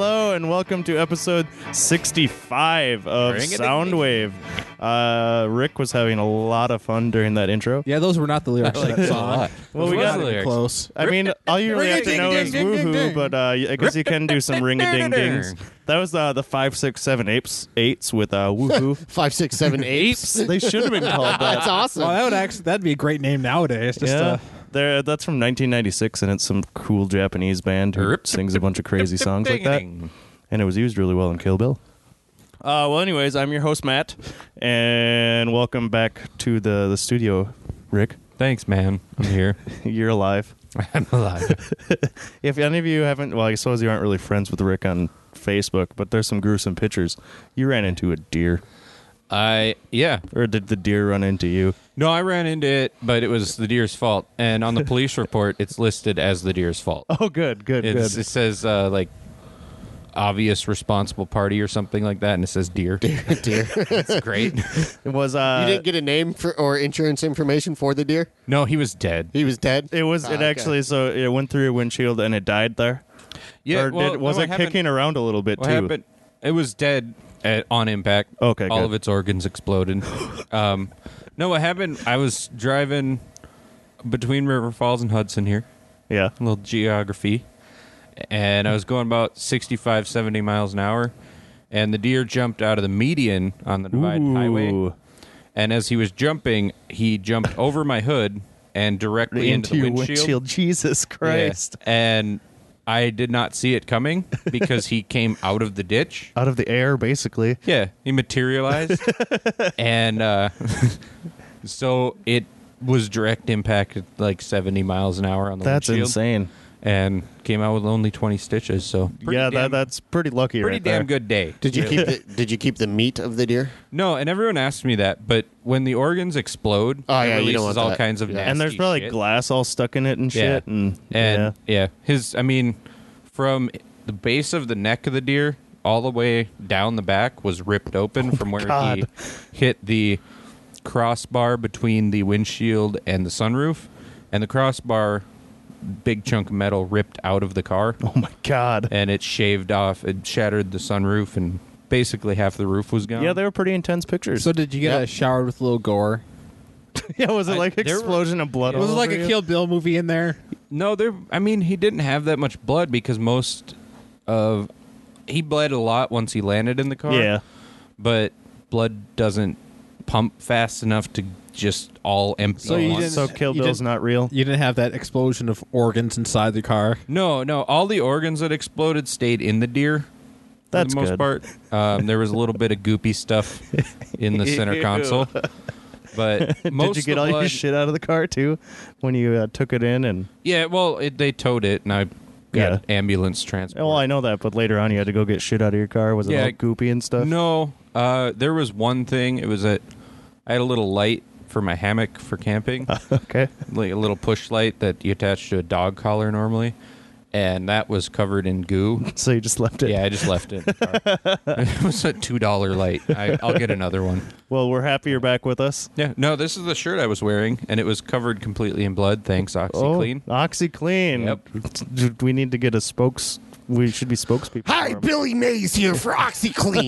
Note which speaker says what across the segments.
Speaker 1: welcome to episode 65 of
Speaker 2: Ring-a-ding-ding.
Speaker 1: Soundwave. Uh, Rick was having a lot of fun during that intro.
Speaker 3: Yeah, those were not the lyrics. that I
Speaker 2: That's a
Speaker 3: saw.
Speaker 2: lot.
Speaker 1: Well, we
Speaker 2: Those
Speaker 1: got
Speaker 2: were the lyrics.
Speaker 3: close.
Speaker 1: I mean, all you really have to know is
Speaker 3: Ring-a-ding-ding-ding-ding-ding.
Speaker 1: woohoo, but uh, I guess you can do some ring a ding dings. That was uh, the five, six, seven apes eights with uh, woohoo.
Speaker 4: Five, six, seven,
Speaker 1: apes.
Speaker 4: apes.
Speaker 1: They should have been called that.
Speaker 4: That's awesome.
Speaker 3: Well, that would actually that'd be a great name nowadays. Just
Speaker 1: yeah,
Speaker 3: uh,
Speaker 1: They're- that's from 1996, and it's some cool Japanese band who
Speaker 2: Rip-
Speaker 1: sings a bunch of crazy songs like that.
Speaker 2: Ding-a-ding.
Speaker 1: And it was used really well in Kill Bill. Uh, well, anyways, I'm your host Matt, and welcome back to the the studio, Rick.
Speaker 2: Thanks, man. I'm here.
Speaker 1: You're alive.
Speaker 2: I'm alive.
Speaker 1: If any of you haven't, well, I suppose you aren't really friends with Rick on Facebook, but there's some gruesome pictures. You ran into a deer,
Speaker 2: I yeah.
Speaker 1: or did the deer run into you?
Speaker 2: No, I ran into it, but it was the deer's fault. And on the police report, it's listed as the deer's fault.
Speaker 1: Oh, good, good,
Speaker 2: It's, it says uh, like obvious responsible party or something like that, and it says deer.
Speaker 4: deer.
Speaker 2: It's great.
Speaker 1: It was. Uh,
Speaker 4: you didn't get a name for or insurance information for the deer.
Speaker 2: no, he was dead.
Speaker 4: He was dead.
Speaker 1: It was.
Speaker 4: Ah,
Speaker 1: it
Speaker 4: okay.
Speaker 1: actually. So it went through your windshield and it died there. or
Speaker 2: well,
Speaker 1: did, was
Speaker 2: no,
Speaker 1: it
Speaker 2: happened-
Speaker 1: kicking around a little bit
Speaker 2: What
Speaker 1: too?
Speaker 2: happened? It was dead at, on impact.
Speaker 1: Okay,
Speaker 2: all
Speaker 1: good.
Speaker 2: of its organs exploded. um, no, what happened? I was driving between River Falls and Hudson here,
Speaker 1: Yeah.
Speaker 2: a little geography, and I was going about 65, 70 miles an hour, and the deer jumped out of the median on the divide highway.
Speaker 1: Ooh.
Speaker 2: And as he was jumping, he jumped over my hood and directly
Speaker 1: Into
Speaker 2: into, the
Speaker 1: your
Speaker 2: windshield.
Speaker 1: windshield. Jesus Christ!
Speaker 2: Yeah. And I did not see it coming because he came out of the ditch.
Speaker 1: Out of the air, basically.
Speaker 2: Yeah, he materialized, and uh, so it was direct impact at like 70 miles an hour on the
Speaker 1: That's
Speaker 2: windshield,
Speaker 1: insane.
Speaker 2: and came out with only 20 stitches. So pretty
Speaker 1: yeah,
Speaker 2: damn-
Speaker 1: that, that's pretty lucky.
Speaker 2: pretty
Speaker 1: right
Speaker 2: damn
Speaker 1: there.
Speaker 2: good day.
Speaker 4: Did you keep the, Did you keep the meat of the deer?
Speaker 2: No, and everyone asked me that, but when the organs explode,
Speaker 4: Oh,
Speaker 2: it
Speaker 4: yeah, you don't
Speaker 2: releases
Speaker 4: want
Speaker 2: all
Speaker 4: that.
Speaker 2: kinds of
Speaker 4: Yeah.
Speaker 2: nasty
Speaker 1: And there's probably
Speaker 2: shit.
Speaker 1: glass all stuck in it and shit.
Speaker 2: Yeah.
Speaker 1: And,
Speaker 2: And yeah. his I mean, from the base of the neck of the deer all the way down the back was ripped open from where he
Speaker 1: Oh God.
Speaker 2: hit the crossbar between the windshield and the sunroof, and the crossbar big chunk of metal ripped out of the car
Speaker 1: yeah. Oh my god.
Speaker 2: and it shaved off it shattered the sunroof and basically half the roof was gone
Speaker 1: yeah, they were pretty intense pictures.
Speaker 3: so did you get uh, showered with a little gore?
Speaker 1: yeah, was it like
Speaker 2: there were-
Speaker 1: explosion of blood?
Speaker 3: It was
Speaker 1: all
Speaker 3: like
Speaker 1: over
Speaker 3: a
Speaker 1: you?
Speaker 3: Kill Bill movie in there.
Speaker 2: No, there. I mean, he didn't have that much blood because most of he bled a lot once he landed in the car.
Speaker 1: Yeah.
Speaker 2: but blood doesn't pump fast enough to just all empty.
Speaker 3: So
Speaker 2: at
Speaker 3: you
Speaker 2: once.
Speaker 3: didn't-
Speaker 1: So Kill
Speaker 3: You
Speaker 1: Bill's
Speaker 3: didn't-
Speaker 1: not real.
Speaker 3: You didn't have that explosion of organs inside the car.
Speaker 2: No, no. All the organs that exploded stayed in the deer.
Speaker 1: That's
Speaker 2: for the most
Speaker 1: good.
Speaker 2: part. Um, there was a little bit of goopy stuff in the center
Speaker 1: Ew.
Speaker 2: console, but most
Speaker 1: Did you
Speaker 2: of
Speaker 1: get
Speaker 2: the
Speaker 1: all your
Speaker 2: blood-
Speaker 1: shit out of the car too when you uh, took it in and
Speaker 2: Yeah, well, it, they towed it, and I
Speaker 1: Yeah.
Speaker 2: got ambulance transport.
Speaker 1: Well, I know that, but later on you had to go get shit out of your car. Was it
Speaker 2: Yeah.
Speaker 1: all goopy and stuff?
Speaker 2: No, uh, there was one thing. It was that I had a little light for my hammock for camping,
Speaker 1: Okay.
Speaker 2: like a little push light that you attach to a dog collar normally, and that was covered in goo.
Speaker 1: So you just left it.
Speaker 2: Yeah, I just left it. In the car. it was a two dollar light. I, I'll get another one.
Speaker 1: Well, we're happy you're back with us.
Speaker 2: Yeah, no, this is the shirt I was wearing, and it was covered completely in blood. Thanks, OxyClean.
Speaker 1: Oh, OxyClean. Yep. We need to get a spokes. We should be spokespeople.
Speaker 4: Hi,
Speaker 1: for 'em.
Speaker 4: Billy Mays here for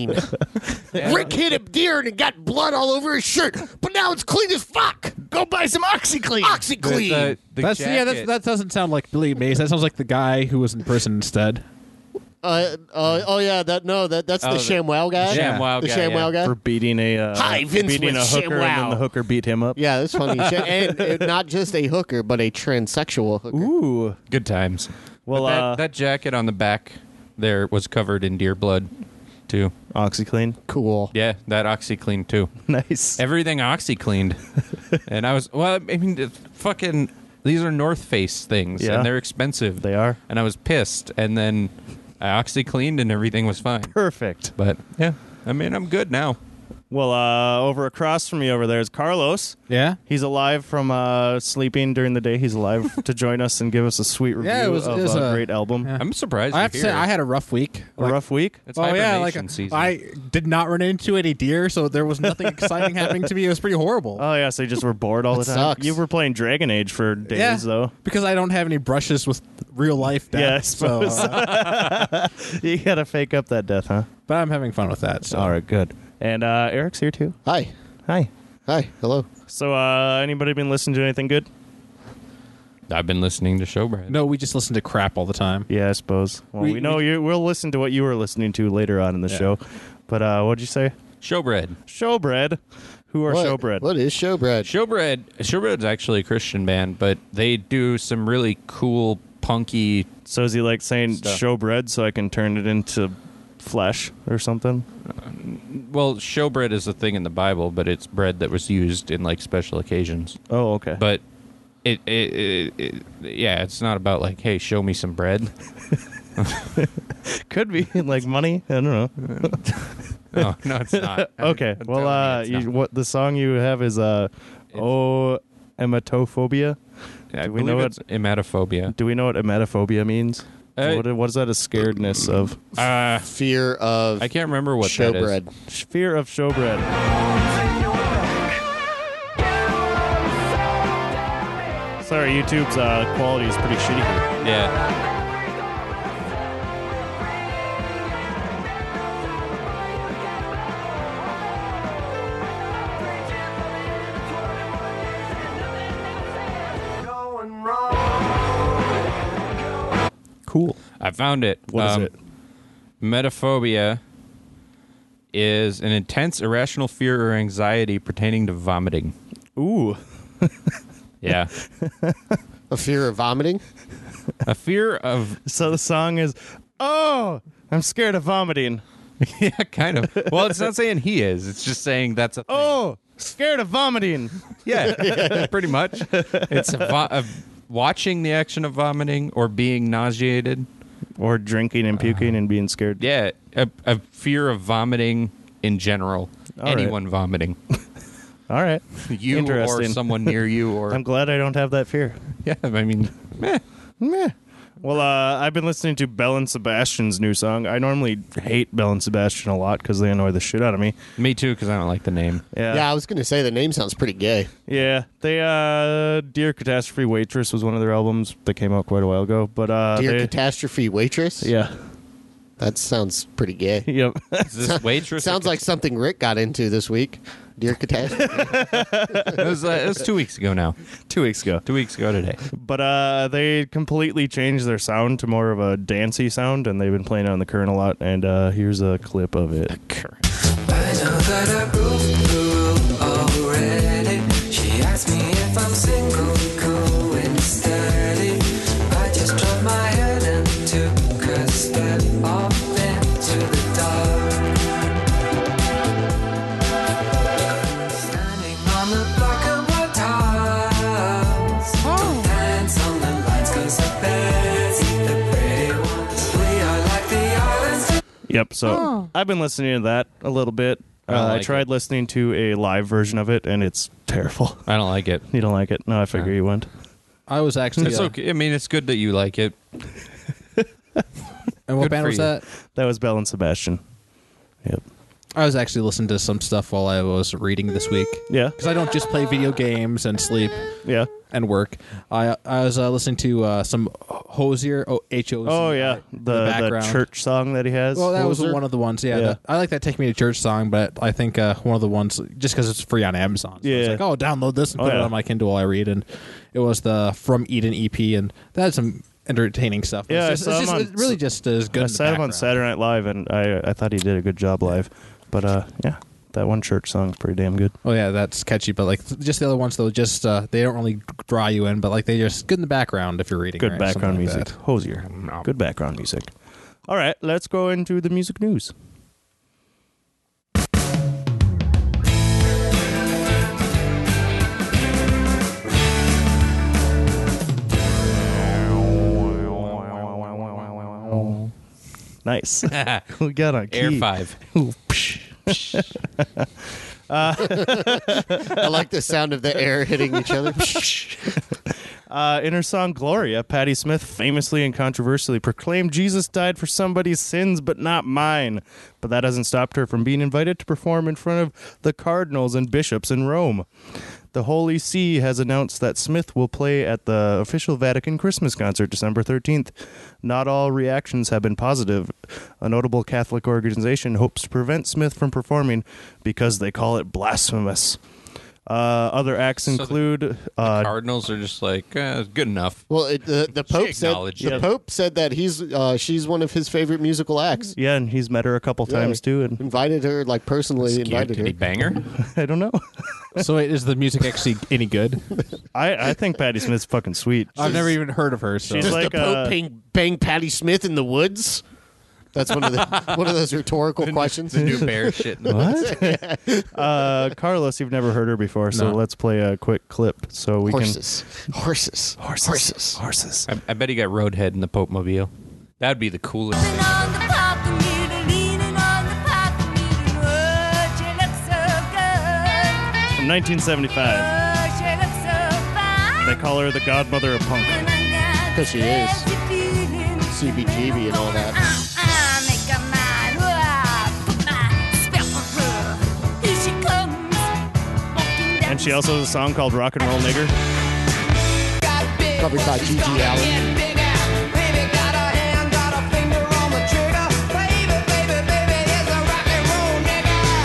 Speaker 4: OxyClean. Rick hit a deer and it got blood all over his shirt, but now it's clean as fuck.
Speaker 1: Go buy some OxyClean.
Speaker 4: OxyClean.
Speaker 2: uh, the
Speaker 3: that's yeah. That's,
Speaker 2: jacket-
Speaker 3: that doesn't sound like Billy Mays. That sounds like the guy who was in prison instead.
Speaker 4: Uh, uh, oh yeah, that no, that that's
Speaker 2: Oh,
Speaker 4: the
Speaker 2: the-
Speaker 4: ShamWow guy.
Speaker 2: the ShamWow
Speaker 4: the
Speaker 2: guy,
Speaker 4: ShamWow guy.
Speaker 1: For beating a uh,
Speaker 4: Hi, Vince
Speaker 1: beating
Speaker 4: with
Speaker 1: a hooker
Speaker 4: ShamWow.
Speaker 1: and then the hooker beat him up.
Speaker 4: Yeah, that's funny shit. And, and not just a hooker, but a transsexual hooker.
Speaker 1: Ooh.
Speaker 2: good times.
Speaker 1: Well,
Speaker 2: But that,
Speaker 1: uh,
Speaker 2: that jacket on the back there was covered in deer blood, too.
Speaker 1: OxyClean.
Speaker 4: Cool.
Speaker 2: Yeah, that OxyClean too.
Speaker 1: Nice.
Speaker 2: Everything oxy cleaned. and I was well, I mean the fucking these are North Face things
Speaker 1: Yeah.
Speaker 2: and they're expensive.
Speaker 1: They are.
Speaker 2: And I was pissed and then I oxy cleaned and everything was fine.
Speaker 1: Perfect.
Speaker 2: But yeah, I mean I'm good now.
Speaker 1: Well, uh, over across from me over there is Carlos.
Speaker 3: Yeah.
Speaker 1: He's alive from uh, sleeping during the day. He's alive to join us and give us a sweet review
Speaker 3: Yeah, it was- it
Speaker 1: of
Speaker 3: was
Speaker 1: a
Speaker 3: a-
Speaker 1: great album.
Speaker 3: yeah.
Speaker 2: I'm surprised.
Speaker 3: I
Speaker 2: to
Speaker 3: have to
Speaker 2: hear
Speaker 3: say,
Speaker 2: it.
Speaker 3: I had a rough week.
Speaker 1: A rough week.
Speaker 2: It's
Speaker 3: oh yeah,
Speaker 2: hibernation
Speaker 3: like
Speaker 2: season.
Speaker 3: I did not run into any deer, so there was nothing exciting happening to me. It was pretty horrible.
Speaker 1: Oh yeah, so you just were bored all the
Speaker 4: That
Speaker 1: time.
Speaker 4: sucks.
Speaker 1: You were playing Dragon Age for days
Speaker 3: yeah,
Speaker 1: though.
Speaker 3: because I don't have any brushes with real life death.
Speaker 1: Yeah, I
Speaker 3: so, uh,
Speaker 1: You gotta fake up that death, huh?
Speaker 3: but I'm having fun with that. So
Speaker 1: All right, good. And uh, Eric's here too.
Speaker 4: Hi.
Speaker 1: Hi.
Speaker 4: Hi. Hello.
Speaker 1: So, uh, anybody been listening to anything good?
Speaker 2: I've been listening to Showbread.
Speaker 3: No, we just listen to crap all the time.
Speaker 1: Yeah, I suppose. Well, we,
Speaker 3: We-
Speaker 1: know you. We'll listen to what you were listening to later on in the
Speaker 3: Yeah.
Speaker 1: show. But uh, what'd you say?
Speaker 2: Showbread.
Speaker 1: Showbread. Who are
Speaker 4: What-
Speaker 1: Showbread?
Speaker 4: What is showbread?
Speaker 2: Showbread. Showbread's actually a Christian band, but they do some really cool punky.
Speaker 1: So is he like saying
Speaker 2: Stuff.
Speaker 1: showbread so I can turn it into flesh or something?
Speaker 2: Well, showbread is a thing in the Bible, but it's bread that was used in like special occasions.
Speaker 1: Oh, okay.
Speaker 2: But it, it, it, it yeah, it's not about like, hey, show me some bread.
Speaker 1: could be like money. I don't know.
Speaker 2: No, no, it's not.
Speaker 1: Okay.
Speaker 2: I'm
Speaker 1: Well, uh,
Speaker 2: telling you, it's
Speaker 1: you,
Speaker 2: not.
Speaker 1: what the song you have is uh, oh, emetophobia.
Speaker 2: I
Speaker 1: do we
Speaker 2: believe
Speaker 1: know
Speaker 2: it's emetophobia.
Speaker 1: Do we know what emetophobia means?
Speaker 2: Uh,
Speaker 1: what, what is that? A scaredness of
Speaker 2: Uh,
Speaker 4: Fear of
Speaker 2: I can't remember what that
Speaker 4: showbread.
Speaker 2: is.
Speaker 1: fear of showbread. Sorry, YouTube's uh, quality is pretty shitty.
Speaker 2: Yeah.
Speaker 1: Cool.
Speaker 2: I found it.
Speaker 1: What is
Speaker 2: Um,
Speaker 1: it?
Speaker 2: Metaphobia is an intense irrational fear or anxiety pertaining to vomiting.
Speaker 1: Ooh.
Speaker 2: Yeah.
Speaker 4: A fear of vomiting.
Speaker 2: a fear of
Speaker 1: So the song is, oh, I'm scared of vomiting.
Speaker 2: yeah, kind of. Well, it's not saying he is. It's just saying that's a thing.
Speaker 1: Oh, scared of vomiting.
Speaker 2: yeah, pretty much. It's a vo- a watching the action of vomiting or being nauseated.
Speaker 1: Or drinking and puking and being scared.
Speaker 2: Yeah, a, a fear of vomiting in general.
Speaker 1: All right.
Speaker 2: Anyone vomiting,
Speaker 1: All right.
Speaker 2: you or
Speaker 1: Interesting.
Speaker 2: someone near you, or
Speaker 1: I'm glad I don't have that fear.
Speaker 2: yeah. I mean, meh.
Speaker 1: Well, uh, I've been listening to Bell and Sebastian's new song. I normally hate Bell and Sebastian a lot because they annoy the shit out of me.
Speaker 2: me too, because I don't like the name.
Speaker 1: Yeah.
Speaker 4: yeah, I was gonna say the name sounds pretty gay.
Speaker 1: Yeah, they uh Dear Catastrophe Waitress was one of their albums that came out quite a while ago, but uh
Speaker 4: Dear
Speaker 1: they-
Speaker 4: catastrophe waitress.
Speaker 1: Yeah.
Speaker 4: that sounds pretty gay.
Speaker 1: Yep.
Speaker 2: Is this waitress?
Speaker 4: Sounds like something Rick got into this week. Dear catastrophe.
Speaker 2: it was, uh, it was two weeks ago now.
Speaker 1: 2 weeks ago.
Speaker 2: Two weeks ago today.
Speaker 1: But uh they completely changed their sound to more of a dancey sound and they've been playing it on the current a lot and uh here's a clip of it.
Speaker 5: I know that I broke the rule already. She asked me if I'm single, cool and sturdy. I just dropped my head and took a step off into the dark. Standing on the black of my tiles. Don't dance on the lights 'cause the birds eat the pretty ones. We are like the islands.
Speaker 1: Yep, so I've been listening to that a little bit. I,
Speaker 2: I don't
Speaker 1: uh, I
Speaker 2: like
Speaker 1: tried listening to a live version of it and it's terrible.
Speaker 2: I don't like it.
Speaker 1: You don't like it? No, I
Speaker 3: Uh-huh.
Speaker 1: figure you wouldn't.
Speaker 3: I was actually.
Speaker 2: It's
Speaker 3: uh,
Speaker 2: okay. I mean, it's good that you like it.
Speaker 3: And what
Speaker 2: Good
Speaker 3: band
Speaker 2: for
Speaker 3: was
Speaker 2: you.
Speaker 3: that?
Speaker 1: That was Bell and Sebastian. Yep.
Speaker 3: I was actually listening to some stuff while I was reading this week.
Speaker 1: Yeah.
Speaker 3: Because I don't just play video games and sleep
Speaker 1: Yeah.
Speaker 3: and work. I I was uh, listening to uh, some Hosier, oh, H-O-Z,
Speaker 1: Oh yeah,
Speaker 3: in
Speaker 1: the, the,
Speaker 3: background.
Speaker 1: church song that he has.
Speaker 3: Well, that was
Speaker 4: Hosier?
Speaker 3: one of the ones. Yeah,
Speaker 1: Yeah.
Speaker 3: that- I like that "Take Me to Church" song, but I think uh, one of the ones just because it's free on Amazon. So
Speaker 1: Yeah.
Speaker 3: it's like oh, download this and
Speaker 1: Oh,
Speaker 3: put it
Speaker 1: yeah.
Speaker 3: on my Kindle while I read, and it was the "From Eden" EP, and that had some entertaining stuff.
Speaker 1: Yeah, I
Speaker 3: it's, just,
Speaker 1: saw
Speaker 3: it's
Speaker 1: him
Speaker 3: just-
Speaker 1: on-
Speaker 3: it really just is good.
Speaker 1: I
Speaker 3: in the
Speaker 1: saw him on
Speaker 3: background.
Speaker 1: Saturday Night Live, and I I thought he did a good job live. But uh, yeah, that one church song's pretty damn good.
Speaker 3: Oh yeah, that's catchy, but like th- just the other ones though, just uh, they don't really draw you in, but like they just good in the background if you're reading.
Speaker 1: Good
Speaker 3: right?
Speaker 1: background
Speaker 3: Something like
Speaker 1: music.
Speaker 3: that.
Speaker 1: Hosier. Good background music. All right, let's go into the music news. Nice. we got a key.
Speaker 2: Air five.
Speaker 1: Ooh, psh.
Speaker 4: I like the sound of the air hitting each other.
Speaker 1: Uh, in her song Gloria, Patti Smith famously and controversially proclaimed Jesus died for somebody's sins, but not mine. But that hasn't stopped her from being invited to perform in front of the cardinals and bishops in Rome. The Holy See has announced that Smith will play at the official Vatican Christmas concert December 13th. Not all reactions have been positive. A notable Catholic organization hopes to prevent Smith from performing because they call it blasphemous. Uh, other acts
Speaker 2: So the-
Speaker 1: include uh,
Speaker 2: Cardinals are just like eh, it's good enough.
Speaker 4: well, it, the, the Pope
Speaker 2: She
Speaker 4: said
Speaker 2: acknowledged
Speaker 4: the
Speaker 2: it.
Speaker 4: Pope said that he's uh, she's one of his favorite musical acts.
Speaker 1: Yeah, and he's met her a couple times too, and
Speaker 4: invited her like personally invited
Speaker 2: Did
Speaker 4: her.
Speaker 2: he bang her?
Speaker 1: I don't know.
Speaker 3: so wait, is the music actually any good?
Speaker 1: I, I think Patti Smith's fucking sweet.
Speaker 3: I've never even heard of her. So
Speaker 1: she's
Speaker 4: Does
Speaker 1: like,
Speaker 4: the Pope
Speaker 1: uh,
Speaker 4: bang, bang Patty Smith in the woods? That's one of the one of those rhetorical questions.
Speaker 2: The new bear shit. in the woods.
Speaker 1: Uh, Carlos, you've never heard her before, so
Speaker 3: No.
Speaker 1: let's play a quick clip so we
Speaker 4: Horses, horses, horses, horses.
Speaker 1: can. Horses.
Speaker 2: I, I bet he got roadhead in the Pope mobile. That'd be the coolest.
Speaker 6: Leaning on the path of meeting, leaning on the path of meeting. Oh, she looks so good.
Speaker 1: From 1975,
Speaker 6: Oh, she looks so fine.
Speaker 1: they call her the godmother of punk.
Speaker 6: And I got
Speaker 4: 'Cause she is.
Speaker 6: crazy feeling.
Speaker 4: CBGB and all that.
Speaker 6: Uh, uh, make a mind. Oh, I put my spell on her. Here she comes, walking down
Speaker 1: And she
Speaker 6: the
Speaker 1: also has a song called Rock and Roll Nigger.
Speaker 4: Covered by Gigi Allen.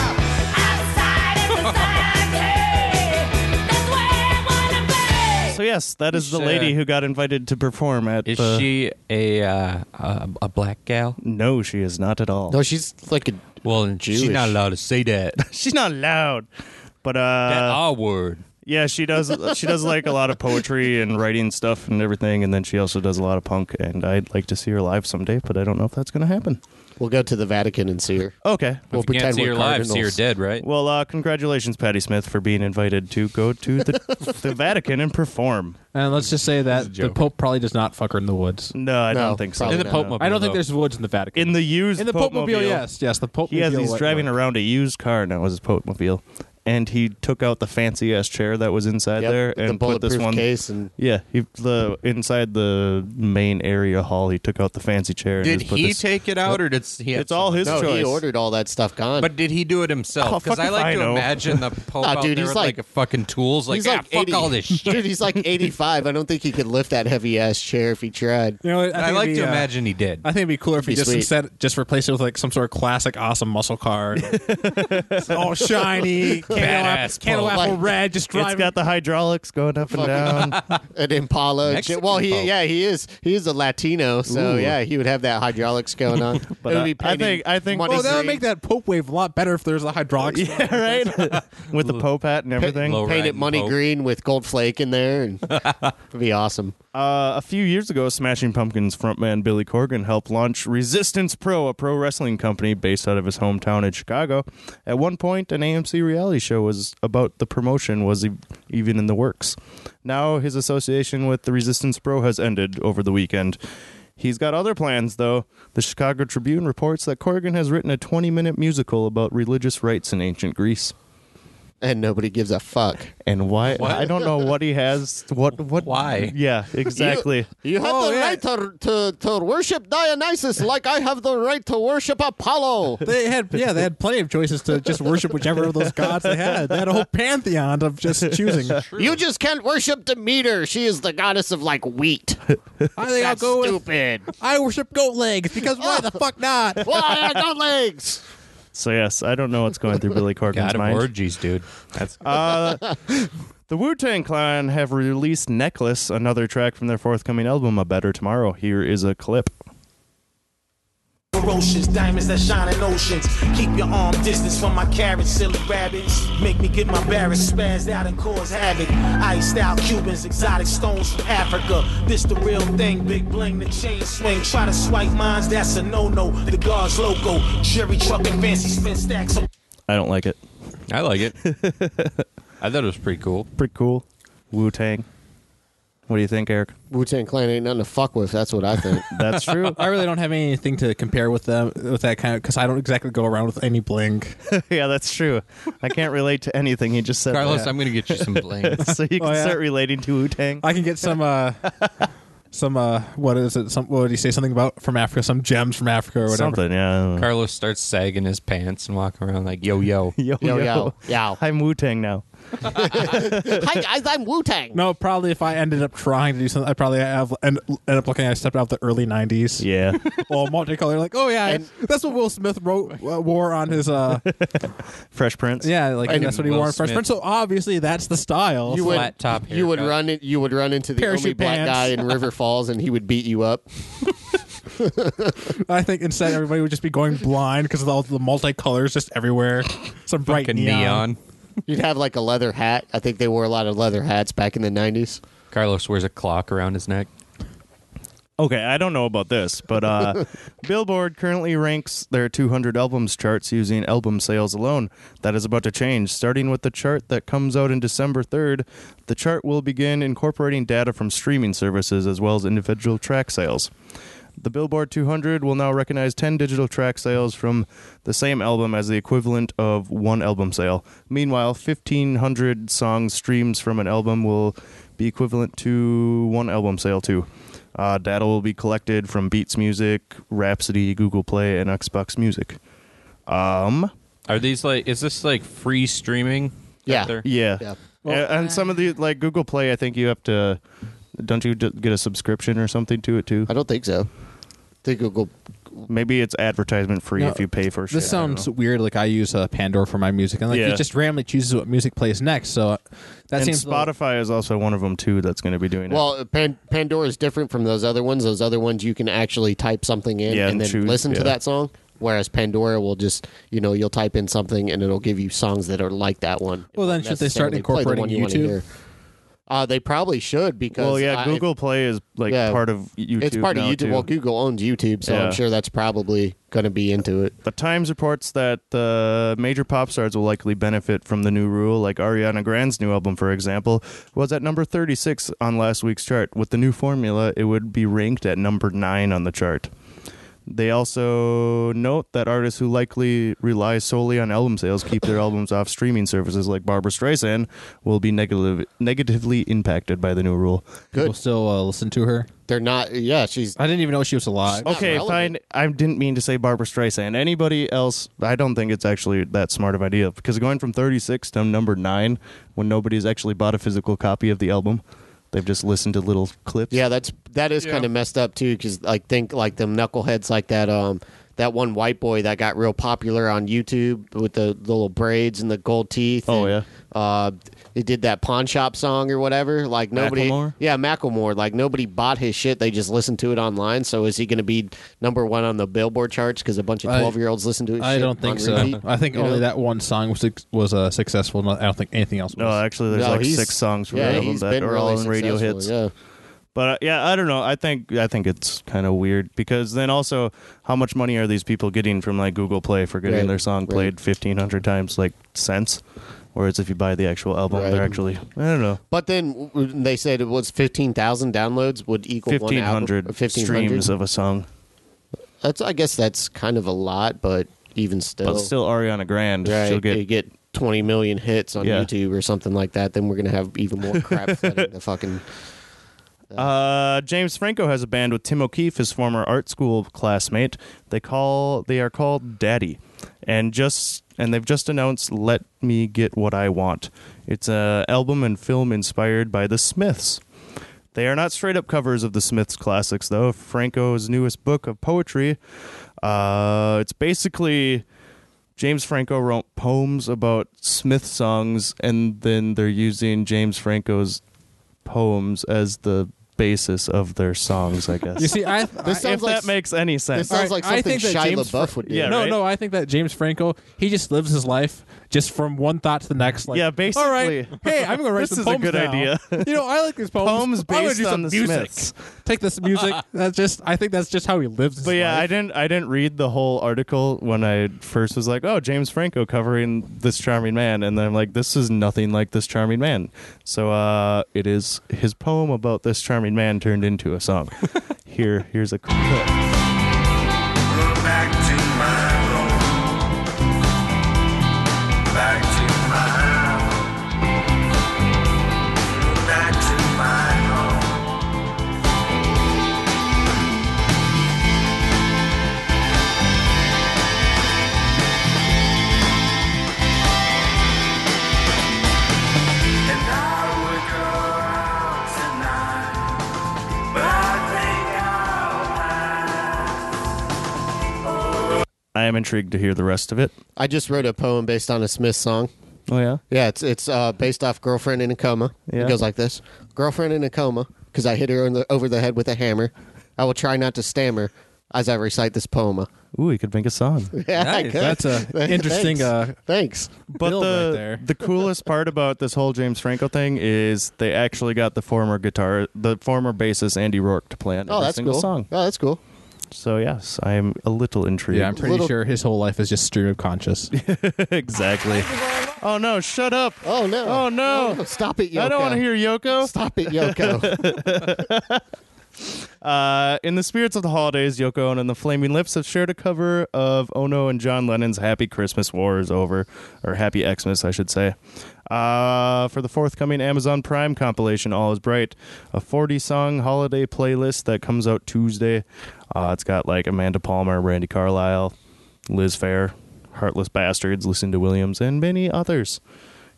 Speaker 6: Outside is the side, hey, that's where I wanna be.
Speaker 1: So yes, that is the
Speaker 2: Sure.
Speaker 1: lady who got invited to perform at.
Speaker 2: Is
Speaker 1: the-
Speaker 2: she a, uh, a a black gal?
Speaker 1: No, she is not at all.
Speaker 4: No, she's like a
Speaker 2: Well, and she's
Speaker 4: Jewish.
Speaker 2: not allowed to say that.
Speaker 1: She's not loud. But
Speaker 2: that
Speaker 1: uh,
Speaker 2: R word.
Speaker 1: yeah, she does. She does like a lot of poetry and writing stuff and everything, and then she also does a lot of punk. And I'd like to see her live someday, but I don't know if that's going to happen.
Speaker 4: We'll go to the Vatican and see her.
Speaker 1: Okay.
Speaker 4: We'll
Speaker 2: You can't
Speaker 4: pretend
Speaker 2: see
Speaker 4: we're
Speaker 2: her live, see her
Speaker 4: cardinals.
Speaker 2: dead, right?
Speaker 1: Well, uh, congratulations, Patty Smith, for being invited to go to the, the Vatican and perform.
Speaker 3: and let's just say that the
Speaker 2: joke.
Speaker 3: Pope probably does not fuck her in the woods.
Speaker 1: No, I
Speaker 4: No,
Speaker 1: don't think so.
Speaker 4: probably
Speaker 2: in the
Speaker 4: no,
Speaker 2: Pope
Speaker 4: no.
Speaker 2: mobile.
Speaker 3: I don't think
Speaker 2: though.
Speaker 3: there's woods in the Vatican.
Speaker 1: In the used
Speaker 3: in the Pope mobile, yes, yes, the Pope.
Speaker 1: He has. He's
Speaker 3: what-
Speaker 1: driving around a used car now as his Pope mobile, and he took out the fancy ass chair that was inside
Speaker 4: Yep,
Speaker 1: there
Speaker 4: the
Speaker 1: and put this
Speaker 4: bulletproof
Speaker 1: one.
Speaker 4: case and
Speaker 1: Yeah, he, the inside the main area hall, he took out the fancy chair. And
Speaker 2: Did
Speaker 1: just put
Speaker 2: he
Speaker 1: this,
Speaker 2: take it out, or did he? Have
Speaker 1: It's all
Speaker 2: someone-
Speaker 1: his
Speaker 4: no,
Speaker 1: choice.
Speaker 4: oh, he ordered all that stuff gone.
Speaker 2: But did he do it
Speaker 1: Oh,
Speaker 2: himself?
Speaker 1: fuck
Speaker 2: Because I
Speaker 1: if
Speaker 2: like
Speaker 1: I
Speaker 2: to
Speaker 1: know.
Speaker 2: imagine the Pope
Speaker 4: Nah,
Speaker 2: out
Speaker 4: dude,
Speaker 2: there
Speaker 4: he's
Speaker 2: with
Speaker 4: like-
Speaker 2: like, a fucking tools, like,
Speaker 4: he's
Speaker 2: "Ah,
Speaker 4: like
Speaker 2: fuck
Speaker 4: 80.
Speaker 2: all this shit.
Speaker 4: Dude, he's like 85. I don't think he could lift that heavy ass chair if he tried.
Speaker 3: You know, I, think
Speaker 2: I
Speaker 3: it'd
Speaker 2: like
Speaker 3: be,
Speaker 2: to
Speaker 3: uh,
Speaker 2: imagine he did.
Speaker 3: I think it'd be cooler if
Speaker 4: Be
Speaker 3: you just
Speaker 4: sweet.
Speaker 3: instead just replace it with like some sort of classic awesome muscle car, It's all shiny, candle
Speaker 2: Badass
Speaker 3: apple, candle
Speaker 4: pole.
Speaker 3: apple
Speaker 4: Like-
Speaker 3: red, just
Speaker 1: It's
Speaker 3: driving.
Speaker 1: got the hydraulics going up and
Speaker 4: Fucking-
Speaker 1: down.
Speaker 4: An Impala. and shit.
Speaker 2: Mexican
Speaker 4: Well, he
Speaker 2: Pope.
Speaker 4: yeah, he is. He is a Latino, so
Speaker 1: Ooh.
Speaker 4: yeah, he would have that hydraulics going on.
Speaker 1: But
Speaker 4: It would
Speaker 1: I-
Speaker 4: be
Speaker 1: I
Speaker 4: painted
Speaker 1: think- I think-
Speaker 4: money
Speaker 3: well, that would
Speaker 4: green.
Speaker 3: make that Pope wave a lot better if there's a hydraulics.
Speaker 1: yeah, right. With the Pope hat and everything.
Speaker 2: Low
Speaker 4: paint it
Speaker 2: riding
Speaker 4: money
Speaker 2: Pope.
Speaker 4: green with gold flake in there, and it'd be awesome.
Speaker 1: Uh, a few years ago, Smashing Pumpkins frontman Billy Corgan helped launch Resistance Pro, a pro wrestling company based out of his hometown in Chicago. At one point, an AMC reality show was about the promotion was e- even in the works. Now his association with the Resistance Pro has ended over the weekend. He's got other plans, though. The Chicago Tribune reports that Corgan has written a 20-minute musical about religious rites in ancient Greece.
Speaker 4: And nobody gives a fuck.
Speaker 1: And why?
Speaker 2: What?
Speaker 1: I don't know what he has. What? What?
Speaker 2: Why?
Speaker 1: Yeah, exactly.
Speaker 4: You have
Speaker 3: Oh,
Speaker 4: the
Speaker 3: yeah.
Speaker 4: right to, to, to worship Dionysus like I have the right to worship Apollo.
Speaker 3: They had yeah, they had plenty of choices to just worship whichever of those gods they had. They had a whole pantheon of just choosing.
Speaker 4: You just can't worship Demeter. She is the goddess of like wheat.
Speaker 3: I think I'll
Speaker 4: That's
Speaker 3: go with
Speaker 4: stupid.
Speaker 3: I worship goat legs because why the fuck not?
Speaker 4: Well, I got no legs.
Speaker 1: So yes, I don't know what's going through Billy Corgan's
Speaker 2: God of
Speaker 1: mind.
Speaker 2: orgies, dude. That's
Speaker 1: The Wu Tang Clan have released "Necklace," another track from their forthcoming album, "A Better Tomorrow." Here is a clip.
Speaker 7: Ferocious diamonds that shine in oceans. Keep your arm distance from my carrots, silly rabbits. Make me get my barracks spazzed out and cause havoc. Iced out Cubans, exotic stones from Africa. This the real thing, big bling, the chain swing. Try to swipe mines, that's a no no. The guards loco, Jerry truck and fancy spin stacks. of-
Speaker 1: I don't like it.
Speaker 2: I like it. I thought it was pretty cool.
Speaker 1: Pretty cool. Wu Tang. What do you think, Eric?
Speaker 4: Wu Tang Clan ain't nothing to fuck with. That's what I think.
Speaker 1: That's true.
Speaker 3: I really don't have anything to compare with them with that kind of because I don't exactly go around with any bling.
Speaker 1: yeah, that's true. I can't relate to anything he just said.
Speaker 2: Carlos, I'm going to get you some blame.
Speaker 1: so you can
Speaker 3: yeah.
Speaker 1: start relating to Wu Tang.
Speaker 3: I can get some uh some uh what is it? Some what would he say? Something about from Africa? Some gems from Africa or whatever?
Speaker 1: Something, yeah.
Speaker 2: Carlos starts sagging his pants and walking around like, yo, yo.
Speaker 1: yo,
Speaker 4: Yo, yo, yo.
Speaker 1: I'm Wu Tang now.
Speaker 4: Hi guys, I'm Wu Tang.
Speaker 3: No, probably if I ended up trying to do something, I probably have end, end up looking. I stepped out of the early '90s.
Speaker 1: Yeah.
Speaker 3: All multicolor, like oh yeah,
Speaker 4: And-
Speaker 3: that's what Will Smith wrote uh, wore on his. uh
Speaker 1: Fresh Prince.
Speaker 3: Yeah, like
Speaker 2: And
Speaker 3: that's what he
Speaker 2: Will
Speaker 3: wore on Fresh
Speaker 2: Smith.
Speaker 3: Prince. So obviously that's the style.
Speaker 4: would
Speaker 2: flat top
Speaker 4: you would
Speaker 2: haircut.
Speaker 4: run in, you would run into the only
Speaker 3: Parachute
Speaker 4: black
Speaker 3: pants.
Speaker 4: guy in River Falls and he would beat you up.
Speaker 3: I think instead everybody would just be going blind because of all the multicolors just everywhere. Some bright
Speaker 2: Fucking neon.
Speaker 4: You'd have like a leather hat. I think they wore a lot of leather hats back in the nineties.
Speaker 2: Carlos wears a clock around his neck.
Speaker 1: Okay, I don't know about this, but uh, Billboard currently ranks their 200 albums charts using album sales alone. That is about to change. Starting with the chart that comes out in December 3rd, the chart will begin incorporating data from streaming services as well as individual track sales. The Billboard 200 will now recognize 10 digital track sales from the same album as the equivalent of one album sale. Meanwhile, 1,500 song streams from an album will be equivalent to one album sale, too. Uh, data will be collected from Beats Music, Rhapsody, Google Play, and Xbox Music. Um,
Speaker 2: Are these like, is this like free streaming?
Speaker 4: Yeah.
Speaker 2: They're-
Speaker 1: yeah.
Speaker 4: Yeah.
Speaker 1: A- and some of the, like Google Play, I think you have to, don't you d- get a subscription or something to it, too?
Speaker 4: I don't think so. I think Google
Speaker 1: Maybe it's advertisement free
Speaker 3: No,
Speaker 1: if you pay for shit.
Speaker 3: This
Speaker 1: I don't
Speaker 3: sounds
Speaker 1: know.
Speaker 3: weird. Like I use uh, Pandora for my music, and like
Speaker 1: Yeah.
Speaker 3: it just randomly chooses what music plays next. So uh, that
Speaker 1: and
Speaker 3: seems a little-
Speaker 1: Spotify is also one of them too that's going to be doing it.
Speaker 4: Well, uh, Pan- Pandora is different from those other ones. Those other ones you can actually type something in
Speaker 1: Yeah,
Speaker 4: and,
Speaker 1: and
Speaker 4: then
Speaker 1: choose,
Speaker 4: listen
Speaker 1: yeah.
Speaker 4: to that song. Whereas Pandora will just, you know, you'll type in something and it'll give you songs that are like that one.
Speaker 3: Well, then
Speaker 4: Not
Speaker 3: should they start
Speaker 4: necessarily play the
Speaker 3: incorporating
Speaker 4: one you wanna
Speaker 3: YouTube?
Speaker 4: hear. Uh, they probably should because
Speaker 1: Well, yeah,
Speaker 4: I-
Speaker 1: Google Play is like
Speaker 4: Yeah.
Speaker 1: part of YouTube.
Speaker 4: It's part of
Speaker 1: now,
Speaker 4: YouTube.
Speaker 1: too.
Speaker 4: Well, Google owns YouTube, so
Speaker 1: Yeah.
Speaker 4: I'm sure that's probably going to be into it.
Speaker 1: The Times reports that uh, major pop stars will likely benefit from the new rule, like Ariana Grande's new album, for example, was at number 36 on last week's chart. With the new formula, it would be ranked at number 9 on the chart. They also note that artists who likely rely solely on album sales keep their albums off streaming services like Barbara Streisand will be negative, negatively impacted by the new rule.
Speaker 3: People still uh, listen to her.
Speaker 4: They're not. Yeah, she's.
Speaker 3: I didn't even know she was alive.
Speaker 4: not
Speaker 1: Okay, fine.
Speaker 4: relevant.
Speaker 1: I didn't mean to say Barbara Streisand. Anybody else? I don't think it's actually that smart of an idea because going from 36 to number nine when nobody's actually bought a physical copy of the album, they've just listened to little clips.
Speaker 4: Yeah, that's that is kind of messed up too. Because like think like them knuckleheads like that. Um, that one white boy that got real popular on YouTube with the, the little braids and the gold teeth.
Speaker 1: Oh,
Speaker 4: and, Uh, he did that pawn shop song or whatever. Like nobody.
Speaker 1: Macklemore?
Speaker 4: Yeah, Macklemore. Like nobody bought his shit. They just listened to it online. So is he going to be number one on the Billboard charts because a bunch of
Speaker 3: I-
Speaker 4: twelve year olds listen to it?
Speaker 3: I don't think so. I think only that one song was was uh, successful. Not- I don't think anything else. Was.
Speaker 1: No, actually, there's like six songs from
Speaker 4: yeah,
Speaker 1: the album
Speaker 4: he's
Speaker 1: that
Speaker 4: been
Speaker 1: are
Speaker 4: really
Speaker 1: all in radio
Speaker 4: successful,
Speaker 1: hits.
Speaker 4: Yeah.
Speaker 1: But uh, yeah, I don't know. I think I think it's kind of weird because then also, how much money are these people getting from like Google Play for getting
Speaker 4: Right,
Speaker 1: their song
Speaker 4: right.
Speaker 1: played 1,500 times, like cents? Whereas if you buy the actual album,
Speaker 4: Right.
Speaker 1: they're actually I don't know.
Speaker 4: But then w- w- they said it was 15,000 downloads would equal one album. Uh,
Speaker 1: 1500 streams of a song
Speaker 4: That's, I guess that's kind of a lot, but even still.
Speaker 1: but still ariana grande
Speaker 4: Oh. right,
Speaker 1: she'll
Speaker 4: you
Speaker 1: get
Speaker 4: get 20 million hits on
Speaker 1: Yeah.
Speaker 4: YouTube or something like that, then we're going to have even more crap fed in the fucking.
Speaker 1: uh, james franco has a band with tim o'keefe his former art school classmate they call they are called daddy and just and they've just announced let me get what i want it's a album and film inspired by the smiths They are not straight up covers of the Smiths classics, though. Franco's newest book of poetry, uh, it's basically James Franco wrote poems about Smith songs, and then they're using James Franco's poems as the basis of their songs, I guess.
Speaker 3: You see, I,
Speaker 1: Uh, if
Speaker 4: sounds like
Speaker 1: that
Speaker 4: s-
Speaker 1: makes any sense.
Speaker 4: This sounds
Speaker 3: Alright,
Speaker 4: like
Speaker 3: I
Speaker 4: something
Speaker 3: think that
Speaker 4: Shia
Speaker 3: James
Speaker 4: LaBeouf
Speaker 3: Fra-
Speaker 4: would do.
Speaker 1: Yeah,
Speaker 3: no,
Speaker 1: right?
Speaker 3: no. I think that James Franco, he just lives his life just from one thought to the next. Like,
Speaker 1: Yeah,
Speaker 3: All
Speaker 1: basically.
Speaker 3: right, hey, I'm gonna write
Speaker 1: This
Speaker 3: some
Speaker 1: is a
Speaker 3: poems
Speaker 1: good
Speaker 3: now.
Speaker 1: idea.
Speaker 3: You know, I like these poems.
Speaker 1: Poems
Speaker 3: I'm gonna
Speaker 1: based
Speaker 3: do
Speaker 1: on
Speaker 3: some
Speaker 1: the
Speaker 3: music.
Speaker 1: Smiths.
Speaker 3: Take this music. That's just. I think that's just how he lives. His
Speaker 1: But yeah,
Speaker 3: life.
Speaker 1: I didn't. I didn't read the whole article when I first was like, "Oh, James Franco covering this charming man," and then I'm like, "This is nothing like this charming man." So uh, it is his poem about this charming man turned into a song. Here, here's a quick clip.
Speaker 8: Back to my home. Back to my home. Back to my home. And I would go out tonight, but I think I'll
Speaker 1: I am intrigued to hear the rest of it.
Speaker 4: I just wrote a poem based on a Smith song.
Speaker 1: Oh yeah,
Speaker 4: Yeah, it's it's uh, based off "Girlfriend in a Coma."
Speaker 1: Yeah.
Speaker 4: It goes like this: "Girlfriend in a coma, because I hit her in the, over the head with a hammer. I will try not to stammer as I recite this poem."
Speaker 1: ooh, he could make a song.
Speaker 4: Yeah, I
Speaker 2: Nice.
Speaker 4: could.
Speaker 3: That's a interesting.
Speaker 4: Thanks.
Speaker 3: Uh,
Speaker 4: Thanks.
Speaker 1: But
Speaker 3: Build
Speaker 1: the
Speaker 3: right there.
Speaker 1: the coolest part about this whole James Franco thing is they actually got the former guitar, the former bassist Andy Rourke to play on
Speaker 4: Oh,
Speaker 1: every
Speaker 4: that's
Speaker 1: single
Speaker 4: cool.
Speaker 1: song.
Speaker 4: Oh, that's cool.
Speaker 1: So yes, I am a little intrigued.
Speaker 3: yeah, I'm pretty
Speaker 4: Little-
Speaker 3: sure his whole life is just stream of conscious.
Speaker 1: exactly. Oh no! Shut up!
Speaker 4: Oh no!
Speaker 1: Oh, no.
Speaker 4: Stop it, Yoko!
Speaker 1: I don't want to hear Yoko.
Speaker 4: Stop it, Yoko!
Speaker 1: Uh, in the spirits of the holidays, Yoko Ono and the Flaming Lips have shared a cover of Ono and John Lennon's "Happy Christmas War is Over" or "Happy Xmas," I should say. Uh, for the forthcoming Amazon Prime compilation, All Is Bright, a 40 song holiday playlist that comes out Tuesday. Uh, it's got like Amanda Palmer, Randy Carlisle, Liz Fair, Heartless Bastards, Lucinda Williams, and many others.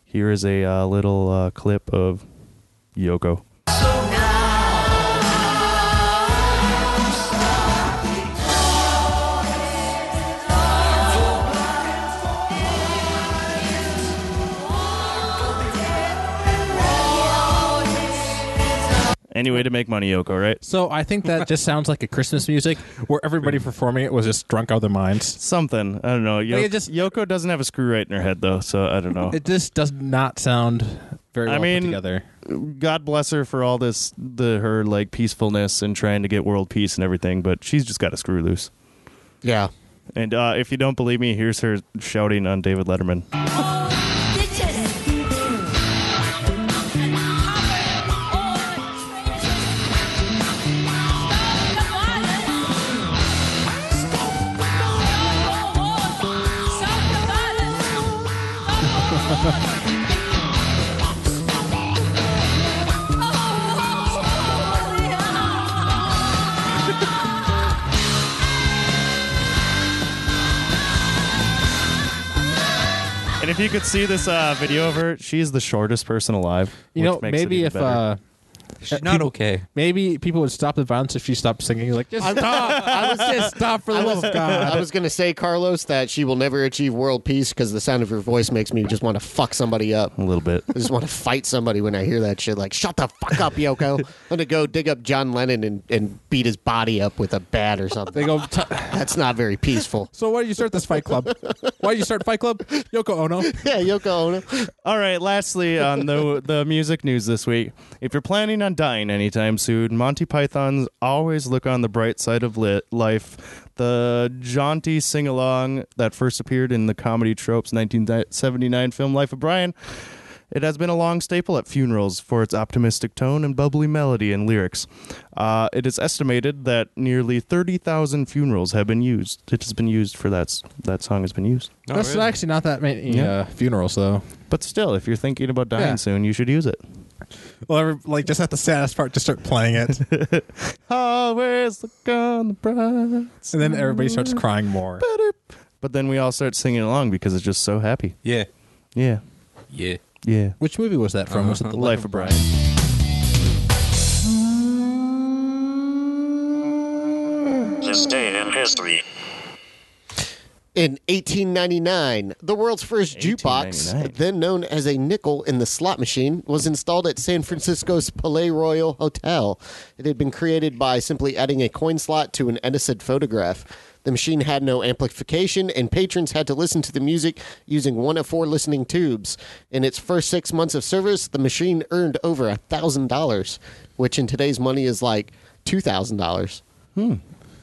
Speaker 1: Here is a uh, little uh, clip of Yoko. Any way to make money, Yoko, right?
Speaker 3: So I think that just sounds like a Christmas music where everybody performing it was just drunk out of their minds.
Speaker 1: something. I don't know. Yo-
Speaker 3: Like, it just-
Speaker 1: Yoko doesn't have a screw right in her head though, so I don't know.
Speaker 3: It just does not sound very
Speaker 1: I
Speaker 3: well
Speaker 1: mean-
Speaker 3: put together.
Speaker 1: God bless her for all this, the her like peacefulness and trying to get world peace and everything, but she's just got a screw loose.
Speaker 4: yeah,
Speaker 1: And uh, if you don't believe me, here's her shouting on David Letterman. And if you could see this uh, video of her, she's the shortest person alive.
Speaker 3: You
Speaker 1: which
Speaker 3: know,
Speaker 1: makes it
Speaker 3: maybe
Speaker 1: even
Speaker 3: if
Speaker 1: better.
Speaker 3: uh,
Speaker 2: She's not okay.
Speaker 3: maybe people would stop the violence if she stopped singing. Like just stop,
Speaker 4: I was just.
Speaker 3: just stop for the love of God.
Speaker 4: I was gonna say, Carlos, that she will never achieve world peace because the sound of her voice makes me just want to fuck somebody up.
Speaker 1: a little bit.
Speaker 4: I just want to fight somebody when I hear that shit. Like, shut the fuck up, Yoko. I'm gonna go dig up John Lennon and, and beat his body up with a bat or something.
Speaker 3: They go. "T-
Speaker 4: That's not very peaceful.
Speaker 3: so why did you start this fight club? Why did you start fight club? Yoko Ono.
Speaker 4: Yeah, Yoko Ono.
Speaker 1: All right, lastly on the the music news this week. If you're planning on dying anytime soon, Monty Python's always look on the bright side of lit life. The jaunty sing-along that first appeared in the comedy tropes 1979 film Life of Brian. It has been a long staple at funerals for its optimistic tone and bubbly melody and lyrics. Uh, it is estimated that nearly 30,000 funerals have been used. It has been used for that s- that song has been used.
Speaker 3: That's actually not that many
Speaker 1: Yeah.
Speaker 3: uh, funerals though.
Speaker 1: But still, if you're thinking about dying
Speaker 3: Yeah.
Speaker 1: soon, you should use it.
Speaker 3: Well, every, like just at the saddest part, just start playing it, and
Speaker 1: Always look on the bright.
Speaker 3: then everybody starts crying more.
Speaker 1: But then we all start singing along because it's just so happy.
Speaker 2: Yeah.
Speaker 1: Yeah.
Speaker 2: Yeah.
Speaker 1: Yeah.
Speaker 3: Which movie was that from? Was it the
Speaker 1: Uh-huh. Life of Brian.
Speaker 8: This day in history.
Speaker 4: In 1899, the world's first jukebox,
Speaker 1: 1899.
Speaker 4: then known as a nickel in the slot machine, was installed at San Francisco's Palais Royal Hotel. It had been created by simply adding a coin slot to an Edison photograph. The machine had no amplification, and patrons had to listen to the music using one of four listening tubes. In its first six months of service, the machine earned over $1,000, which in today's money is like $2,000. Hmm.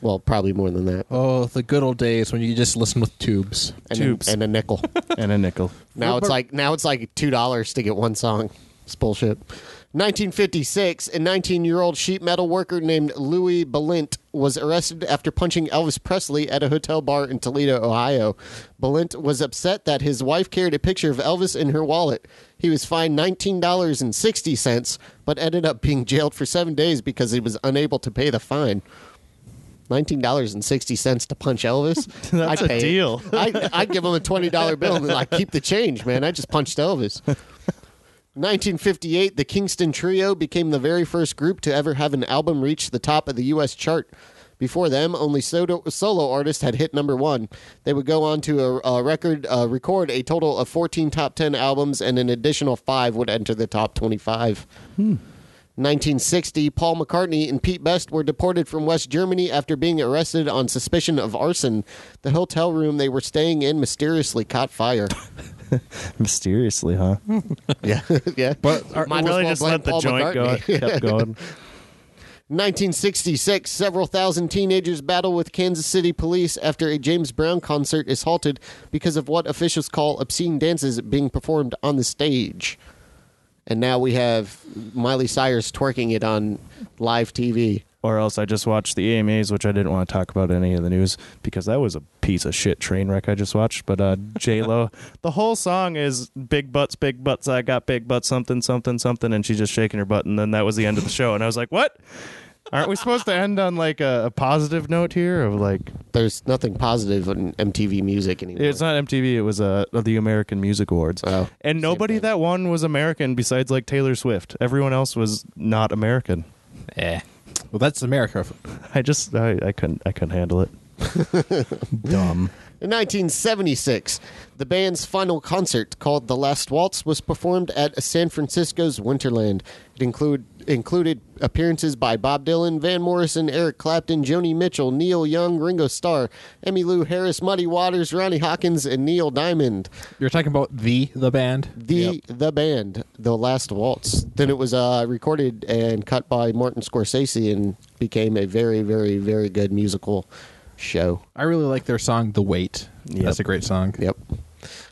Speaker 4: Well, probably more than that.
Speaker 3: Oh, the good old days when you just listen with tubes.
Speaker 4: And
Speaker 1: Tubes.
Speaker 4: A, and a nickel.
Speaker 1: and a nickel.
Speaker 4: Now it's like now it's like two dollars to get one song. It's bullshit. 1956, a 19-year-old sheet metal worker named Louis Belint was arrested after punching Elvis Presley at a hotel bar in Toledo, Ohio. Belint was upset that his wife carried a picture of Elvis in her wallet. He was fined $19.60, but ended up being jailed for seven days because he was unable to pay the fine. Nineteen dollars and sixty cents to punch Elvis.
Speaker 1: That's
Speaker 4: I'd
Speaker 1: a
Speaker 4: pay it.
Speaker 1: deal.
Speaker 4: I I give him a twenty dollar bill and be like keep the change, man. I just punched Elvis. 1958, the Kingston Trio became the very first group to ever have an album reach the top of the U.S. chart. Before them, only solo, solo artists had hit number one. They would go on to a, a record, uh, record a total of 14 top 10 albums, and an additional five would enter the top 25. 1960, Paul McCartney and Pete Best were deported from West Germany after being arrested on suspicion of arson. The hotel room they were staying in mysteriously caught fire.
Speaker 1: Mysteriously, huh?
Speaker 4: yeah, yeah.
Speaker 1: But
Speaker 4: Might as
Speaker 1: really
Speaker 4: well
Speaker 1: just
Speaker 4: blame
Speaker 1: let the
Speaker 4: Paul
Speaker 1: joint
Speaker 4: McCartney.
Speaker 1: go. Kept going.
Speaker 4: 1966, several thousand teenagers battle with Kansas City police after a James Brown concert is halted because of what officials call obscene dances being performed on the stage. And now we have Miley Cyrus twerking it on live TV.
Speaker 1: Or else I just watched the AMAs, which I didn't want to talk about in any of the news because that was a piece of shit train wreck I just watched. But uh, J Lo, the whole song is big butts, big butts. I got big butts, something, something, something, and she's just shaking her butt, and then that was the end of the show. And I was like, what? Aren't we supposed to end on like a, a positive note here? Of like,
Speaker 4: There's nothing positive on MTV music anymore.
Speaker 1: it's not MTV; it was uh, the American Music Awards,
Speaker 4: Oh,
Speaker 1: and nobody that won was American besides like Taylor Swift. Everyone else was not American.
Speaker 3: Eh. Well, that's America.
Speaker 1: I just I, I couldn't I couldn't handle it. Dumb.
Speaker 4: In 1976, the band's final concert, called The Last Waltz, was performed at San Francisco's Winterland. It include, included appearances by Bob Dylan, Van Morrison, Eric Clapton, Joni Mitchell, Neil Young, Ringo Starr, Emmylou Harris, Muddy Waters, Ronnie Hawkins, and Neil Diamond.
Speaker 3: You're talking about the the band.
Speaker 4: The the band, The Last Waltz. Then it was uh, recorded and cut by Martin Scorsese and became a very, very, very good musical show.
Speaker 3: I really like their song "The Wait." That's a great song.
Speaker 4: Yep.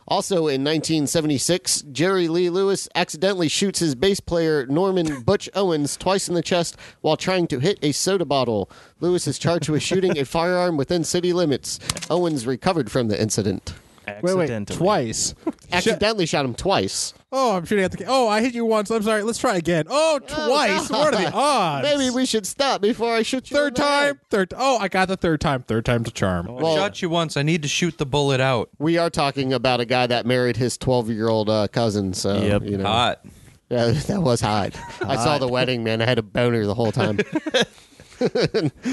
Speaker 4: Also in 1976, Jerry Lee Lewis accidentally shoots his bass player Norman Butch Owens twice in the chest while trying to hit a soda bottle. Lewis is charged with shooting a firearm within city limits. Owens recovered from the incident.
Speaker 3: Wait, wait,
Speaker 1: Accidentally.
Speaker 3: twice.
Speaker 4: Accidentally shot him twice.
Speaker 3: Oh, I'm shooting at the. ca- Oh, I hit you once. I'm sorry. Let's try again. Oh, twice. What are the odds?
Speaker 4: Maybe we should stop before I shoot you. in
Speaker 3: third
Speaker 4: the head.
Speaker 3: time. Third. Oh, I got the third time. Third time's a charm.
Speaker 4: Well-
Speaker 2: I shot you once. I need to shoot the bullet out.
Speaker 4: We are talking about a guy that married his 12 year old uh, cousin. So,
Speaker 1: Yep.
Speaker 4: you know.
Speaker 2: Hot.
Speaker 4: Yeah, that was hot. I saw the wedding, man. I had a boner the whole time.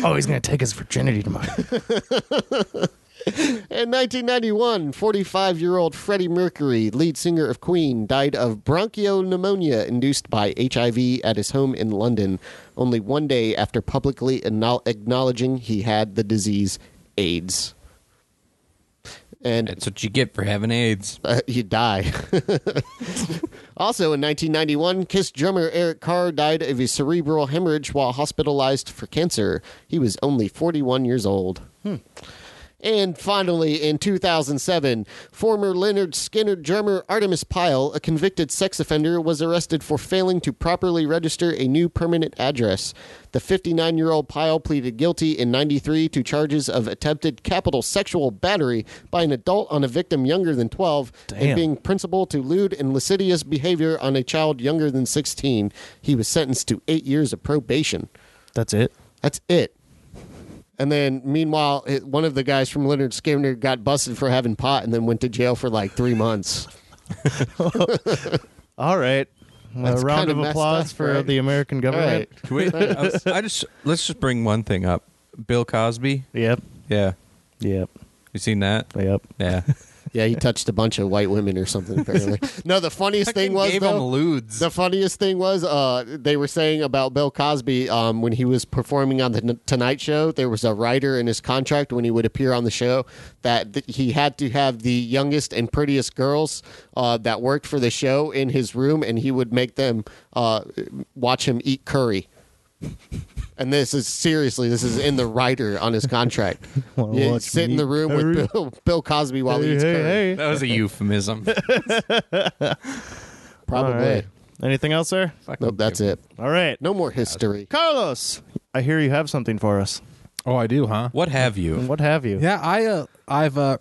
Speaker 1: Oh, he's gonna take his virginity tomorrow.
Speaker 4: In 1991, 45 year old Freddie Mercury, lead singer of Queen, died of bronchopneumonia induced by HIV at his home in London, only one day after publicly acknow- acknowledging he had the disease AIDS. And
Speaker 2: That's what you get for having AIDS.
Speaker 4: uh, you die. also in 1991, Kiss drummer Eric Carr died of a cerebral hemorrhage while hospitalized for cancer. He was only 41 years old. And finally, in 2007, former Leonard Skinner drummer Artemis Pyle, a convicted sex offender, was arrested for failing to properly register a new permanent address. The 59 year old Pyle pleaded guilty in 93 to charges of attempted capital sexual battery by an adult on a victim younger than 12 and
Speaker 1: Damn.
Speaker 4: being principal to lewd and lascivious behavior on a child younger than 16. He was sentenced to eight years of probation.
Speaker 1: That's it.
Speaker 4: That's it. And then, meanwhile, it, one of the guys from Leonard Skinner got busted for having pot and then went to jail for like three months.
Speaker 1: All right.
Speaker 4: That's
Speaker 1: a round
Speaker 4: kinda
Speaker 1: of
Speaker 4: messed
Speaker 1: applause
Speaker 4: up,
Speaker 1: for
Speaker 4: right?
Speaker 1: the American
Speaker 4: All
Speaker 1: government.
Speaker 4: right.
Speaker 2: Can we- I, I just let's just bring one thing up. Bill Cosby.
Speaker 1: Yep.
Speaker 2: Yeah,
Speaker 1: Yep.
Speaker 2: he You seen that?
Speaker 1: Yep.
Speaker 2: Yeah.
Speaker 4: Yeah, he touched a bunch of white women or something. Apparently, no. The funniest thing was
Speaker 2: gave him
Speaker 4: though,
Speaker 2: lewds.
Speaker 4: the funniest thing was uh, they were saying about Bill Cosby um, when he was performing on the N- Tonight Show. There was a writer in his contract when he would appear on the show that th- he had to have the youngest and prettiest girls uh, that worked for the show in his room, and he would make them uh, watch him eat curry. And this is seriously, this is in the writer on his contract.
Speaker 1: Wanna
Speaker 4: You
Speaker 1: watch
Speaker 4: sit
Speaker 1: me
Speaker 4: in the
Speaker 1: eat
Speaker 4: room
Speaker 1: curry?
Speaker 4: with Bill, Bill Cosby while he
Speaker 1: Hey,
Speaker 4: eats curry.
Speaker 1: hey, hey.
Speaker 2: that was a euphemism.
Speaker 4: Probably.
Speaker 1: All right. Anything else, sir?
Speaker 4: Nope, that's it.
Speaker 1: All right.
Speaker 4: No more history.
Speaker 1: Carlos, I hear you have something for us.
Speaker 3: Oh, I do, huh?
Speaker 2: What have you?
Speaker 1: What have you?
Speaker 3: Yeah, I uh, I've uh,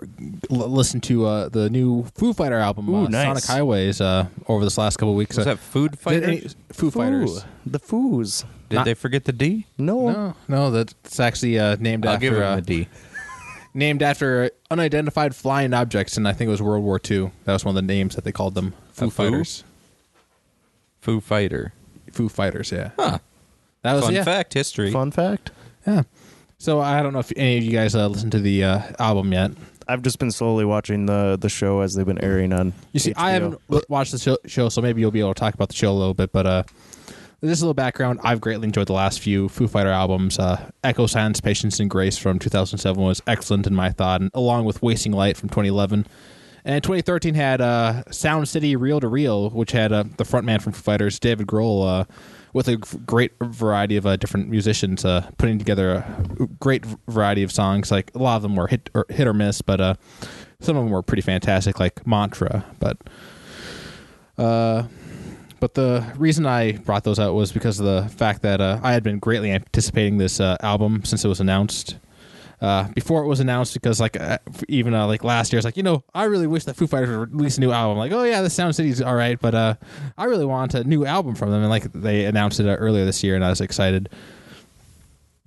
Speaker 3: l- listened to uh, the new Foo Fighter album,
Speaker 1: Ooh,
Speaker 3: uh,
Speaker 1: nice.
Speaker 3: Sonic Highways, uh, over this last couple weeks.
Speaker 2: Was
Speaker 3: Uh,
Speaker 2: that food
Speaker 3: did
Speaker 2: fighters?
Speaker 3: any- Foo Fighters.
Speaker 1: The Foos.
Speaker 2: Did they forget the D?
Speaker 1: No.
Speaker 3: No, no, that's actually uh, named
Speaker 2: I'll
Speaker 3: after
Speaker 2: give him
Speaker 3: uh,
Speaker 2: a D.
Speaker 3: named after unidentified flying objects, and I think it was World War II. That was one of the names that they called them. Foo
Speaker 2: A foo?
Speaker 3: Fighters.
Speaker 2: Foo fighter.
Speaker 3: Foo Fighters. Yeah.
Speaker 2: Huh.
Speaker 3: That was
Speaker 2: Fun
Speaker 3: yeah.
Speaker 2: fact history.
Speaker 1: Fun fact.
Speaker 3: Yeah. So I don't know if any of you guys uh, listened to the uh, album yet.
Speaker 1: I've just been slowly watching the the show as they've been airing on.
Speaker 3: You see, I
Speaker 1: HBO.
Speaker 3: haven't w- watched the show, show, so maybe you'll be able to talk about the show a little bit. But uh, just a little background. I've greatly enjoyed the last few Foo Fighter albums. Uh, Echo, Silence, Patience, and Grace from 2007 was excellent in my thought, and along with Wasting Light from 2011. And 2013 had uh, Sound City Reel to Reel, which had uh, the frontman from Foo Fighters, David Grohl, uh, with a g- great variety of uh, different musicians uh, putting together a great v- variety of songs. Like a lot of them were hit or, hit or miss, but uh, some of them were pretty fantastic, like Mantra. But uh, but the reason I brought those out was because of the fact that uh, I had been greatly anticipating this uh, album since it was announced. Uh, before it was announced, because like uh, even uh, like last year, I was like, you know, I really wish that Foo Fighters would release a new album. Like, oh yeah, the Sound City's all right, but uh, I really want a new album from them. And like they announced it uh, earlier this year, and I was excited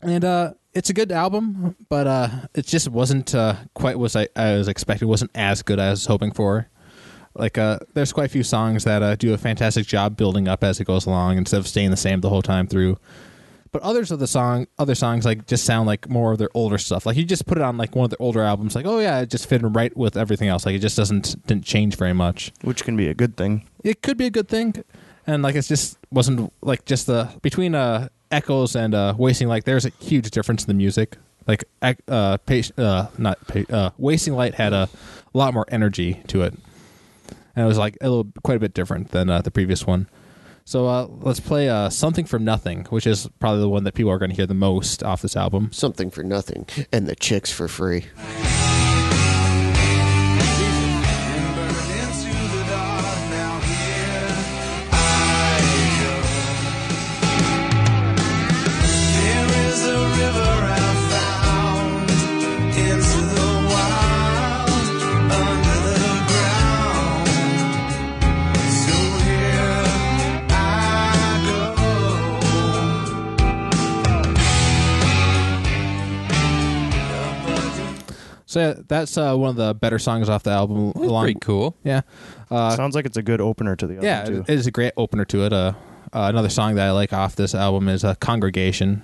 Speaker 3: and uh it's a good album but uh it just wasn't uh quite what i, I was expecting it wasn't as good as i was hoping for like uh there's quite a few songs that uh, do a fantastic job building up as it goes along instead of staying the same the whole time through but others of the song other songs like just sound like more of their older stuff like you just put it on like one of their older albums like oh yeah it just fit in right with everything else like it just doesn't didn't change very much
Speaker 1: which can be a good thing.
Speaker 3: it could be a good thing and like it's just wasn't like just the between uh echoes and uh wasting like there's a huge difference in the music like Ec- uh patient uh not pa- uh wasting light had a lot more energy to it and it was like a little quite a bit different than uh, the previous one so uh let's play uh something from nothing which is probably the one that people are going to hear the most off this album
Speaker 4: Something for nothing, and the chicks for free.
Speaker 3: so yeah, that's uh one of the better songs off the album along
Speaker 2: Pretty cool.
Speaker 3: yeah
Speaker 1: Sounds like it's a good opener to the other
Speaker 3: yeah,
Speaker 1: two.
Speaker 3: it is a great opener to it. Uh, uh, another song that I like off this album is uh, "Congregation."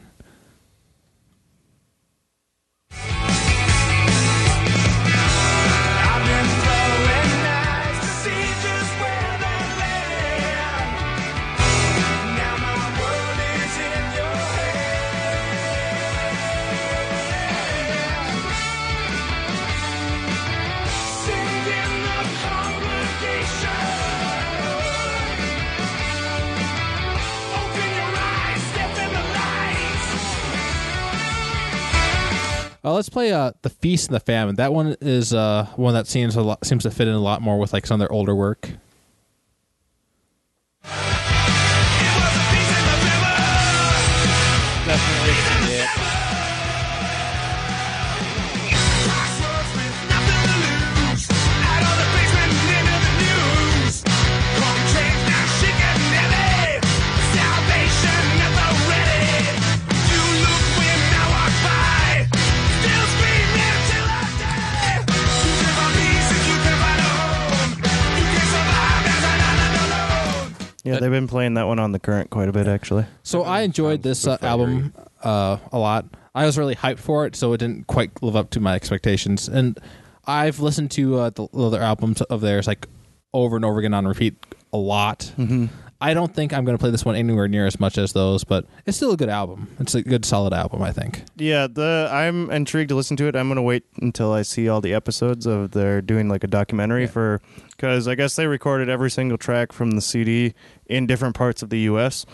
Speaker 3: Uh, let's play uh, "The Feast and the Famine." That one is uh, one that seems a lot, seems to fit in a lot more with like some of their older work.
Speaker 1: yeah, they've been playing that one on the current quite a bit actually.
Speaker 3: So I enjoyed this uh, album uh, a lot. I was really hyped for it, so it didn't quite live up to my expectations. And I've listened to uh, the other albums of theirs like over and over again on repeat a lot. I don't think I'm going to play this one anywhere near as much as those, but it's still a good album. It's a good solid album, I think.
Speaker 1: Yeah, the I'm intrigued to listen to it. I'm gonna wait until I see all the episodes of they're doing like a documentary for because I guess they recorded every single track from the CD in different parts of the U.S.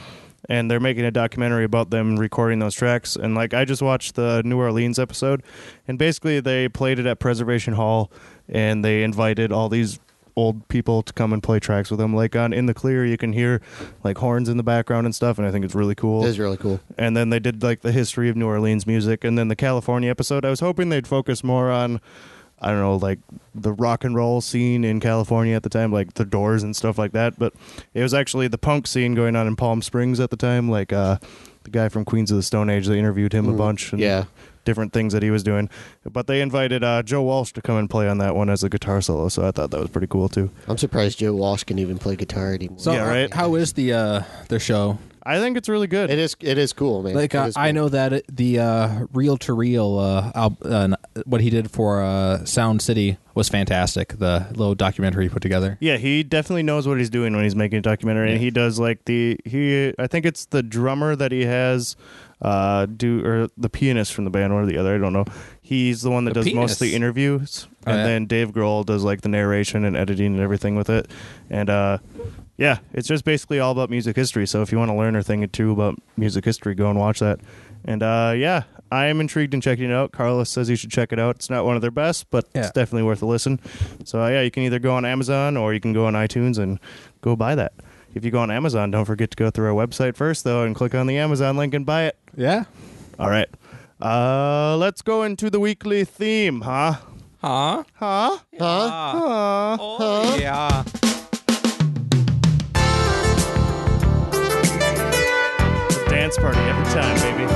Speaker 1: and they're making a documentary about them recording those tracks. And like I just watched the New Orleans episode, and basically they played it at Preservation Hall, and they invited all these old people to come and play tracks with them. Like on In the Clear, you can hear like horns in the background and stuff, and I think it's really cool
Speaker 4: It is really cool.
Speaker 1: and then they did like the history of New Orleans music, and then the California episode. I was hoping they'd focus more on, I don't know, like the rock and roll scene in California at the time, like the Doors and stuff like that. But it was actually the punk scene going on in Palm Springs at the time, like uh, the guy from Queens of the Stone Age. They interviewed him a bunch. And
Speaker 4: Mm, yeah.
Speaker 1: Different things that he was doing, but they invited uh, Joe Walsh to come and play on that one as a guitar solo. So I thought that was pretty cool too.
Speaker 4: I'm surprised Joe Walsh can even play guitar anymore.
Speaker 3: So,
Speaker 1: Yeah,
Speaker 3: uh,
Speaker 1: right.
Speaker 3: how is the uh, their show?
Speaker 1: I think it's really good.
Speaker 4: it is it is cool, man.
Speaker 3: Like
Speaker 4: It
Speaker 3: uh,
Speaker 4: is
Speaker 3: I
Speaker 4: cool.
Speaker 3: know that it, the uh, reel to reel uh, al- uh, n- what he did for uh, Sound City was fantastic. The little documentary he put together.
Speaker 1: Yeah, he definitely knows what he's doing when he's making a documentary, and he does like the he. I think it's the drummer that he has, uh, do or the pianist from the band, one or the other. I don't know. He's the one that
Speaker 2: The
Speaker 1: does mostly
Speaker 2: pianist. Uh-huh.
Speaker 1: interviews, and
Speaker 3: yeah.
Speaker 1: then Dave Grohl does like the narration and editing and everything with it. And uh, yeah, it's just basically all about music history. So if you want to learn a thing or two about music history, go and watch that. And uh, yeah, I am intrigued in checking it out. Carlos says you should check it out. It's not one of their best, but
Speaker 3: Yeah.
Speaker 1: it's definitely worth a listen. So uh, yeah, you can either go on Amazon or you can go on iTunes and go buy that. If you go on Amazon, don't forget to go through our website first though and click on the Amazon link and buy it.
Speaker 3: Yeah.
Speaker 1: All right. Uh, let's go into the weekly theme, huh?
Speaker 2: Huh?
Speaker 4: Huh?
Speaker 2: Oh, yeah.
Speaker 1: It's a dance party every time, baby.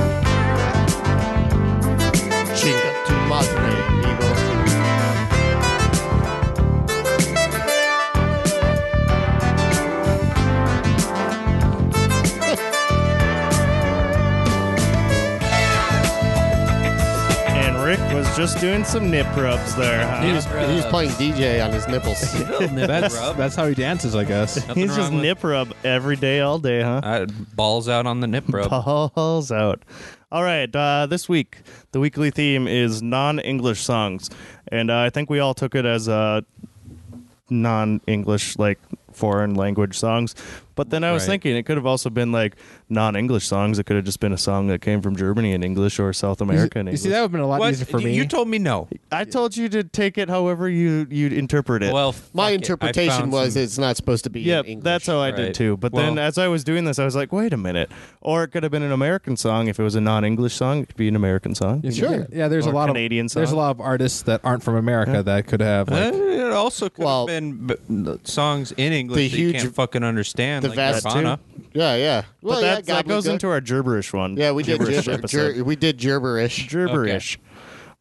Speaker 4: Chinga tu madre, amigo.
Speaker 1: And Rick was just doing some nip rubs there, huh?
Speaker 4: He was, he was playing DJ on his nipples.
Speaker 3: That's that's how he dances, I guess.
Speaker 1: He's just nip rub every day, all day, huh?
Speaker 2: I, balls out on the nip rub.
Speaker 1: Balls out. All right, uh, this week the weekly theme is non-English songs, and uh, I think we all took it as uh, non-English, like foreign language songs. But then I was
Speaker 2: Right.
Speaker 1: thinking it could have also been like non-English songs. It could have just been a song that came from Germany in English or South America in
Speaker 3: You
Speaker 1: English.
Speaker 3: see, that would have been a lot
Speaker 2: What?
Speaker 3: easier for
Speaker 2: You-
Speaker 3: me.
Speaker 2: You told me no.
Speaker 1: I told you to take it however you you interpret it.
Speaker 2: Well, fuck
Speaker 4: My
Speaker 2: it. I
Speaker 4: interpretation
Speaker 2: found
Speaker 4: was
Speaker 2: some-
Speaker 4: it's not supposed to be
Speaker 1: Yeah,
Speaker 4: in English.
Speaker 1: that's how I did
Speaker 2: Right.
Speaker 1: too. But then
Speaker 2: Well-
Speaker 1: as I was doing this, I was like, wait a minute. Or it could have been an American song. If it was a non English song, it could be an American song.
Speaker 4: Sure.
Speaker 3: Yeah, there's
Speaker 1: Or
Speaker 3: a lot
Speaker 1: Canadian
Speaker 3: of there's a
Speaker 1: song.
Speaker 3: lot of artists that aren't from America that could have
Speaker 2: Uh,
Speaker 3: like,
Speaker 2: It also could
Speaker 4: Well,
Speaker 2: have been b- n- songs in English
Speaker 4: the
Speaker 2: that you
Speaker 4: huge-
Speaker 2: can't fucking understand,
Speaker 4: the
Speaker 2: like
Speaker 4: vast-
Speaker 2: Nirvana.
Speaker 4: Yeah, yeah.
Speaker 1: But
Speaker 4: Well,
Speaker 1: that,
Speaker 4: yeah,
Speaker 1: that goes
Speaker 4: gobbledygook.
Speaker 1: into our gibberish one.
Speaker 4: Yeah, we did
Speaker 1: gibberish
Speaker 4: gibber,
Speaker 1: episode.
Speaker 4: ger- we did gibberish.
Speaker 1: gibberish.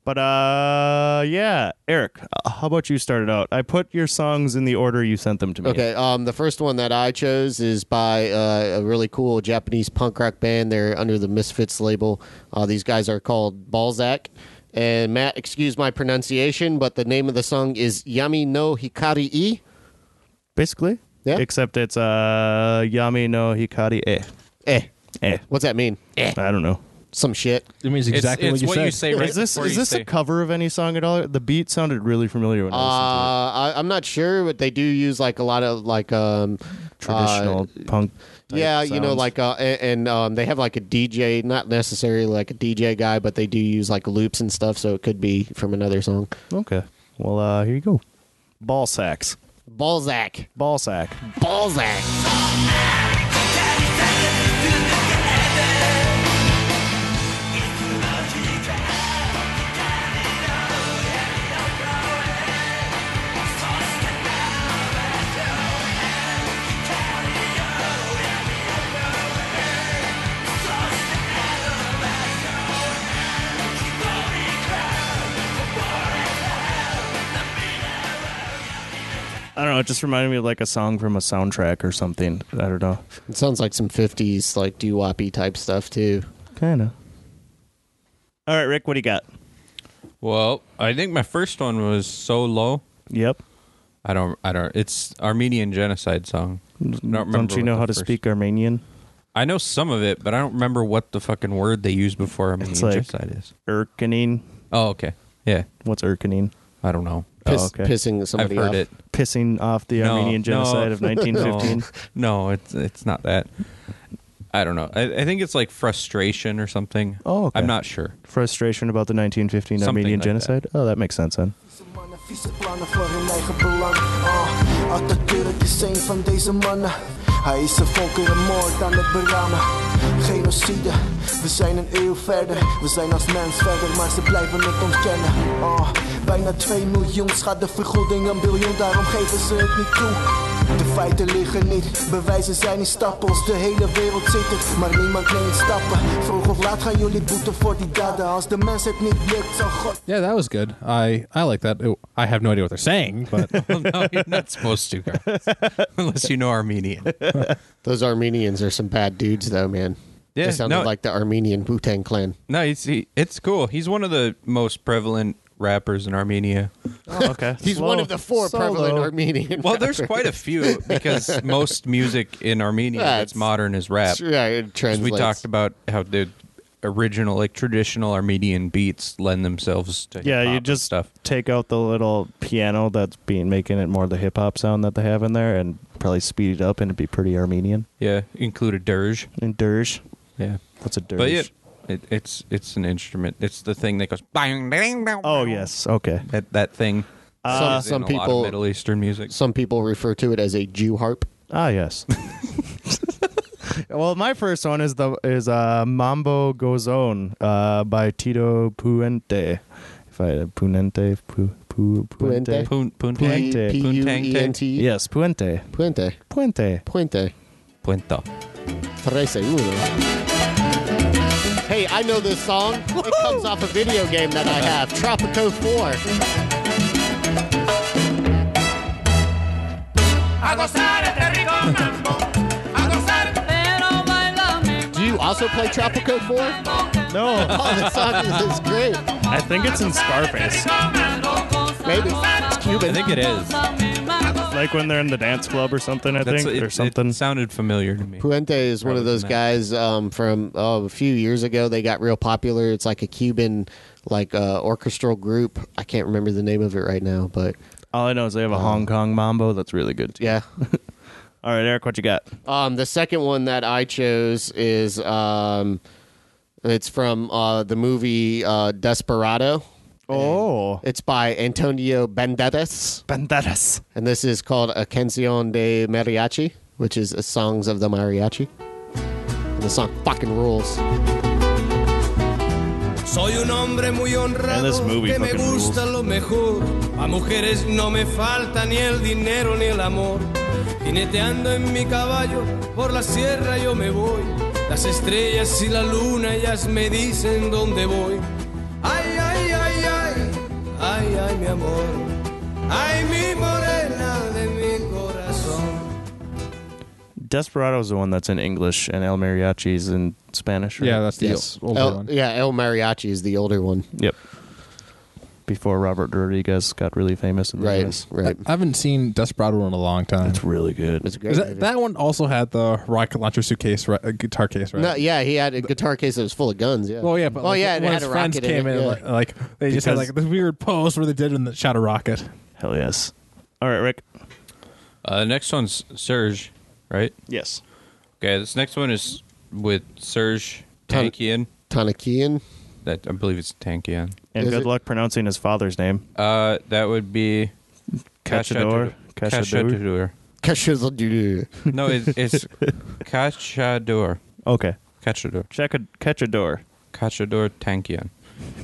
Speaker 1: But uh, yeah, Eric, uh, how about you start it out? I put your songs in the order you sent them to me.
Speaker 4: Okay, um, the first one that I chose is by uh, a really cool Japanese punk rock band. They're under the Misfits label. Uh, these guys are called Balzac. And Matt, excuse my pronunciation, but the name of the song is Yami no Hikari E.
Speaker 1: basically.
Speaker 4: Yeah.
Speaker 1: Except it's uh, Yami no Hikari e.
Speaker 4: Eh,
Speaker 1: Eh.
Speaker 4: what's that mean?
Speaker 1: I don't know.
Speaker 4: Some shit.
Speaker 3: it means exactly
Speaker 2: it's, it's
Speaker 3: what you said.
Speaker 2: say right
Speaker 1: Is this
Speaker 2: before
Speaker 1: is
Speaker 2: you
Speaker 1: this
Speaker 2: say-
Speaker 1: a cover of any song at all? The beat sounded really familiar when
Speaker 4: Uh,
Speaker 1: I
Speaker 4: I, I'm not sure, but they do use like a lot of like um,
Speaker 1: listened to
Speaker 4: uh,
Speaker 1: it. Traditional punk. type
Speaker 4: yeah, you know,
Speaker 1: sounds.
Speaker 4: like uh, and, and um, they have like a DJ, not necessarily like a DJ guy, but they do use like loops and stuff, so it could be from another song.
Speaker 1: Okay. Well, uh, here you go. Ball sacks.
Speaker 4: Balzac,
Speaker 1: Ball sack.
Speaker 4: Balzac.
Speaker 1: I don't know. It just reminded me of like a song from a soundtrack or something. I don't know.
Speaker 4: It sounds like some '50s like doo-woppy type stuff too.
Speaker 1: Kind of. All right, Rick, what do you got?
Speaker 2: Well, I think my first one was so low.
Speaker 1: Yep.
Speaker 2: I don't. I don't. It's Armenian genocide song. I Don't, remember
Speaker 1: Don't you
Speaker 2: what
Speaker 1: know
Speaker 2: the
Speaker 1: how to
Speaker 2: first-
Speaker 1: speak Armenian?
Speaker 2: I know some of it, but I don't remember what the fucking word they used before Armenian
Speaker 1: like-
Speaker 2: genocide is.
Speaker 1: Erkening.
Speaker 2: Oh, okay. Yeah,
Speaker 1: What's erkening?
Speaker 2: I don't know. Oh,
Speaker 4: Piss,
Speaker 1: okay.
Speaker 4: Pissing
Speaker 2: I've
Speaker 4: somebody
Speaker 2: heard
Speaker 4: off.
Speaker 2: it.
Speaker 1: Pissing off the
Speaker 2: No,
Speaker 1: Armenian
Speaker 2: no.
Speaker 1: genocide of 1915.
Speaker 2: No, it's it's not that. I don't know. I, I think it's like frustration or something.
Speaker 1: Oh, okay.
Speaker 2: I'm not sure.
Speaker 1: Frustration about the 1915
Speaker 2: Something
Speaker 1: Armenian
Speaker 2: like that.
Speaker 1: genocide. Oh, that makes sense then.
Speaker 9: mannen, vieze plannen voor hun eigen belang. Ah, Atatürk is een van deze mannen. Hij is een volkerenmoord aan het beramen. Genocide, we zijn een eeuw verder. We zijn als mens verder, maar ze blijven het ontkennen. Ah, bijna 2 miljoen schadevergoeding, een biljoen, daarom geven ze het niet toe. De feiten liggen niet, bewijzen zijn in stapels. De hele wereld zit het, maar niemand neemt stappen. Vroeg of laat gaan jullie boeten voor die daden. Als de mens het niet lukt, zal God.
Speaker 3: Yeah, that was good. I I like that. It- I have no idea what they're saying, but
Speaker 2: Well, no, you're not supposed to, Carl. unless you know Armenian.
Speaker 4: Those Armenians are some bad dudes, though, man.
Speaker 2: Yeah,
Speaker 4: they sounded
Speaker 2: no-
Speaker 4: like the Armenian Wu Tang Clan.
Speaker 2: No, it's he, it's cool. He's one of the most prevalent rappers in Armenia.
Speaker 1: Oh, okay.
Speaker 4: He's one of the four prevalent Armenian.
Speaker 2: Well, there's
Speaker 4: rappers.
Speaker 2: quite a few because most music in Armenia that's
Speaker 4: That's-
Speaker 2: modern is rap.
Speaker 4: Yeah, it
Speaker 2: 'Cause We
Speaker 4: translates.
Speaker 2: talked about how the original, like traditional Armenian beats, lend themselves to
Speaker 1: Yeah,
Speaker 2: hip-hop
Speaker 1: you
Speaker 2: and
Speaker 1: just
Speaker 2: stuff.
Speaker 1: take out the little piano that's being making it more the hip hop sound that they have in there, and probably speed it up, and it'd be pretty Armenian.
Speaker 2: Yeah, include a dirge.
Speaker 1: And dirge.
Speaker 2: Yeah,
Speaker 1: What's a dirge?
Speaker 2: but yeah, it, it's it's an instrument. It's the thing that goes bang bang bang.
Speaker 1: Oh yes. Okay.
Speaker 2: that that thing.
Speaker 4: Uh,
Speaker 2: is
Speaker 4: Some-
Speaker 2: in
Speaker 4: some
Speaker 2: a lot of
Speaker 4: people-
Speaker 2: Middle Eastern music.
Speaker 4: Some people refer to it as a Jew harp.
Speaker 1: Ah yes. well, my first one is the is uh, Mambo Goes On uh, by Tito Puente. If I Puente Pu, Pu, Puente.
Speaker 4: Puente?
Speaker 2: Pun- pun-
Speaker 4: P-
Speaker 1: Puente.
Speaker 4: P U E N T.
Speaker 1: Yes, Puente.
Speaker 4: Puente.
Speaker 1: Puente.
Speaker 4: Puente.
Speaker 2: Puento.
Speaker 4: Trece uno. Hey, I know this song. It comes off a video game that I have, Tropico 4. Do you also play Tropico 4?
Speaker 1: No,
Speaker 4: Oh, this song is, is great.
Speaker 1: I think it's in Scarface.
Speaker 4: Maybe. It's
Speaker 2: I
Speaker 4: Cuban.
Speaker 2: think it is.
Speaker 1: Like when they're in the dance club or something, I
Speaker 2: That's-
Speaker 1: think,
Speaker 2: it,
Speaker 1: or something.
Speaker 2: It sounded familiar to me.
Speaker 4: Puente is one of
Speaker 2: Probably
Speaker 4: those
Speaker 2: not.
Speaker 4: guys um, from oh, a few years ago. They got real popular. It's like a Cuban, like uh, orchestral group. I can't remember the name of it right now, but
Speaker 1: All I know is they have a Hong Kong mambo that's really good. Too.
Speaker 4: yeah.
Speaker 1: All right, Eric, what you got?
Speaker 4: Um, the second one that I chose is um, it's from uh, the movie uh, Desperado.
Speaker 1: Oh,
Speaker 4: It's by Antonio Banderas,
Speaker 1: Banderas.
Speaker 4: and this is called "A Canción de Mariachi," which is a songs of the mariachi. The song fucking rules.
Speaker 10: Soy un hombre muy
Speaker 1: Man, this
Speaker 10: honrado
Speaker 1: movie
Speaker 10: que me
Speaker 1: fucking
Speaker 10: gusta lo mejor. A mujeres no me falta ni el dinero ni el amor. Jineteando en mi caballo por la sierra yo me voy. Las estrellas y la luna ellas me dicen dónde voy. Ay, ay, ay, ay, ay, ay, mi amor. Ay, mi morena de mi corazón.
Speaker 1: Desperado's the one that's in English, and El Mariachi's in Spanish. Right?
Speaker 3: yeah, that's the
Speaker 4: Yes.
Speaker 3: older
Speaker 4: El-
Speaker 3: one.
Speaker 4: Yeah, El Mariachi is the older one.
Speaker 1: Yep. Before Robert Rodriguez got really famous in the
Speaker 4: Right,
Speaker 1: US.
Speaker 4: right.
Speaker 3: I haven't seen Desperado in a long time.
Speaker 1: It's really good.
Speaker 4: It's a great.
Speaker 3: Is
Speaker 4: movie.
Speaker 3: that, that one also had the rocket launcher suitcase, right, uh, guitar case, right?
Speaker 4: No, yeah, he had a guitar case that was full of guns. Yeah.
Speaker 3: Well, yeah, but
Speaker 4: oh
Speaker 3: like,
Speaker 4: yeah, it
Speaker 3: when
Speaker 4: had
Speaker 3: his
Speaker 4: a
Speaker 3: friends
Speaker 4: rocket
Speaker 3: came
Speaker 4: in,
Speaker 3: in,
Speaker 4: it, yeah.
Speaker 3: like, like, they just had
Speaker 1: Because-
Speaker 3: like this weird pose where they did and shot a rocket.
Speaker 1: Hell yes. All right, Rick.
Speaker 2: Uh, the next one's Serge, right?
Speaker 1: Yes.
Speaker 2: Okay, this next one is with Serge
Speaker 4: Tan-
Speaker 2: Tankian.
Speaker 3: uh,
Speaker 4: Tanakian.
Speaker 2: That I believe it's Tankian.
Speaker 1: And
Speaker 4: Is
Speaker 1: good
Speaker 4: it-
Speaker 1: luck pronouncing his father's name.
Speaker 2: Uh, that would be
Speaker 1: Cachador. Cachador.
Speaker 2: Cachador.
Speaker 4: Kashizudu.
Speaker 2: No, it's, it's Cachador.
Speaker 1: Okay.
Speaker 2: Cachador.
Speaker 1: Check a, catch a door.
Speaker 2: Cachador Tankian.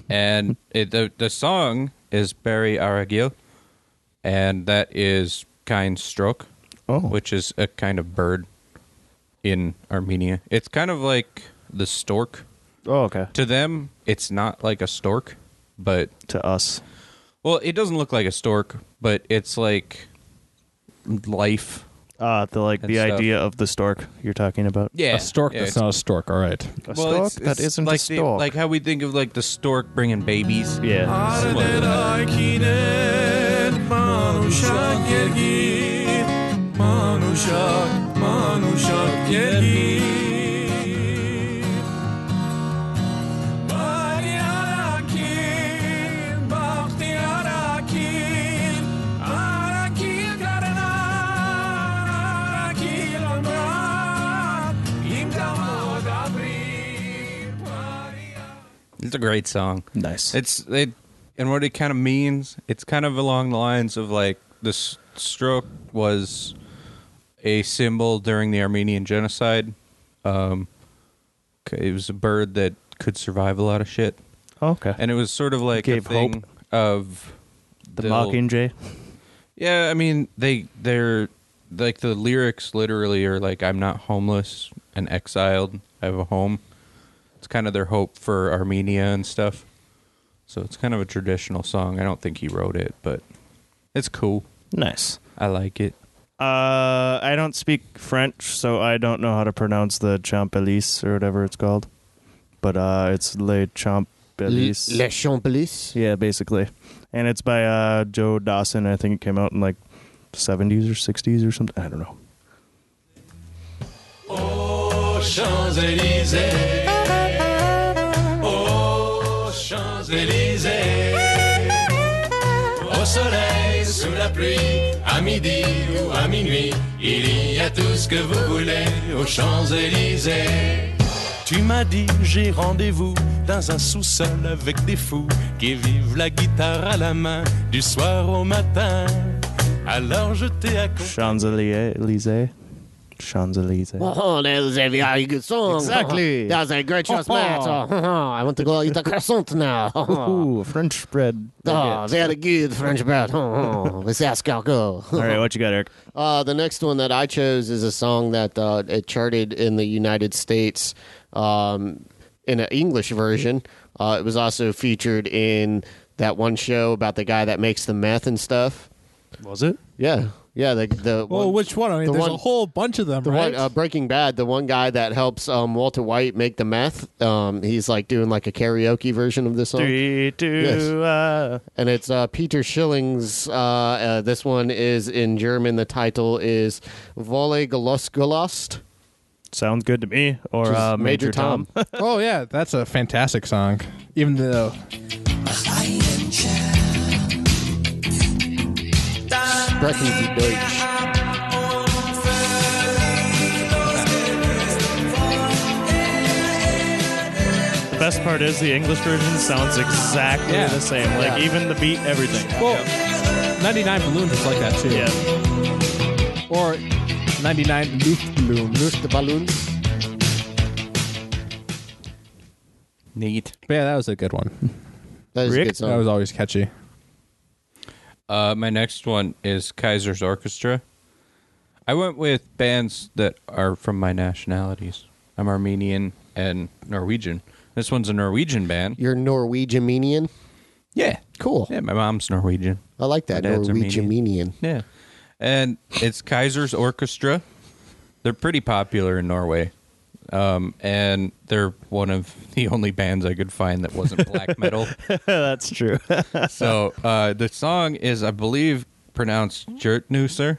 Speaker 2: And it, the, the song is Barry Aragil, and that is Kind Stroke,
Speaker 1: Oh.
Speaker 2: which is a kind of bird in Armenia. It's kind of like the stork.
Speaker 1: Oh, okay.
Speaker 2: To them, it's not like a stork, but
Speaker 1: To us.
Speaker 2: Well, it doesn't look like a stork, but it's like life
Speaker 1: Uh, the like
Speaker 2: And
Speaker 1: the
Speaker 2: stuff.
Speaker 1: idea of the stork you're talking about.
Speaker 2: Yeah,
Speaker 3: a stork
Speaker 2: yeah,
Speaker 3: that's
Speaker 2: it's-
Speaker 3: not a stork. All right.
Speaker 1: a
Speaker 2: well,
Speaker 1: stork
Speaker 2: it's-
Speaker 1: that
Speaker 2: it's
Speaker 1: isn't
Speaker 2: like
Speaker 1: a
Speaker 2: the-
Speaker 1: stork.
Speaker 2: like how we think of like the stork bringing babies.
Speaker 1: yeah,
Speaker 2: Similar to that. It's a great song.
Speaker 1: nice.
Speaker 2: It's it, and what it kind of means. It's kind of along the lines of like this stroke was a symbol during the Armenian genocide. Um, c- it was a bird that could survive a lot of shit,
Speaker 1: okay.
Speaker 2: and it was sort of like
Speaker 1: Gave
Speaker 2: a
Speaker 1: hope.
Speaker 2: thing of
Speaker 1: the
Speaker 2: they'll-
Speaker 1: Mockingjay.
Speaker 2: Yeah, I mean they they're like the lyrics literally are like I'm not homeless and exiled. I have a home. It's kind of their hope for Armenia and stuff. So it's kind of a traditional song. I don't think he wrote it, but it's cool.
Speaker 1: Nice.
Speaker 2: I like it.
Speaker 1: Uh, I don't speak French, so I don't know how to pronounce the Champ Elise or whatever it's called. But uh, it's Le Champ Elise.
Speaker 4: Les Champs-Élysées.
Speaker 1: yeah, basically. And it's by uh, Joe Dawson. I think it came out in like 70s or 60s or something. I don't know.
Speaker 10: Champs-Élysées. Au soleil, sous la pluie, à midi ou à minuit, il y a tout ce que vous voulez aux Champs-Élysées. Tu m'as dit j'ai rendez-vous dans un sous-sol avec des fous qui vivent la guitare à la main du soir au matin. Alors je t'ai accompagné.
Speaker 1: Champs Elysees. Champs Elysees.
Speaker 4: Oh, that was a very good song.
Speaker 1: Exactly.
Speaker 4: that was a great choice, Matt. Oh, I want to go eat a croissant now. Oh,
Speaker 1: Ooh, French bread.
Speaker 4: very good French bread. Oh, oh, with escargot.
Speaker 1: All right, what you got, Eric?
Speaker 4: Uh, the next one that I chose is a song that uh, it charted in the United States um, in an English version. Uh, it was also featured in that one show about the guy that makes the meth and stuff.
Speaker 1: Was it?
Speaker 4: Yeah, yeah. The the
Speaker 11: Well,
Speaker 4: one-
Speaker 11: which one? I mean,
Speaker 4: the
Speaker 11: there's a
Speaker 4: one-
Speaker 11: whole bunch of them,
Speaker 4: the
Speaker 11: right?
Speaker 4: one uh, Breaking Bad, the one guy that helps um, Walter White make the meth. Um, he's like doing like a karaoke version of this song.
Speaker 1: Three, two,
Speaker 4: Yes.
Speaker 1: uh,
Speaker 4: and it's uh, Peter Schilling's. Uh, uh, this one is in German. The title is Volle Gelosgelost,
Speaker 1: sounds good to me. Or
Speaker 4: which is
Speaker 1: uh, Major, Tom.
Speaker 3: oh yeah, that's a fantastic song. Even though
Speaker 4: Sprechen Sie Deutsch.
Speaker 1: The best part is the English version sounds exactly
Speaker 3: Yeah.
Speaker 1: the same. Like even the beat, everything.
Speaker 3: well, 99 balloons is like that too.
Speaker 1: yeah.
Speaker 3: Or 99 Luftballons.
Speaker 4: Luftballons.
Speaker 2: Neat.
Speaker 3: But yeah, that was a good one.
Speaker 4: That is a
Speaker 1: Rick?
Speaker 4: good song.
Speaker 3: That was always catchy.
Speaker 2: Uh, my next one is Kaiser's Orchestra. I went with bands that are from my nationalities. I'm Armenian and Norwegian. This one's a Norwegian band.
Speaker 4: You're Norwegian Menian.
Speaker 2: Yeah.
Speaker 4: Cool.
Speaker 2: Yeah, my mom's Norwegian.
Speaker 4: I like that.
Speaker 2: My dad's
Speaker 4: Norwegian Menian.
Speaker 2: Yeah. And it's Kaiser's Orchestra. They're pretty popular in Norway. Um, and they're one of the only bands I could find that wasn't black metal.
Speaker 1: That's true.
Speaker 2: so uh, the song is, I believe, pronounced Jertnuser.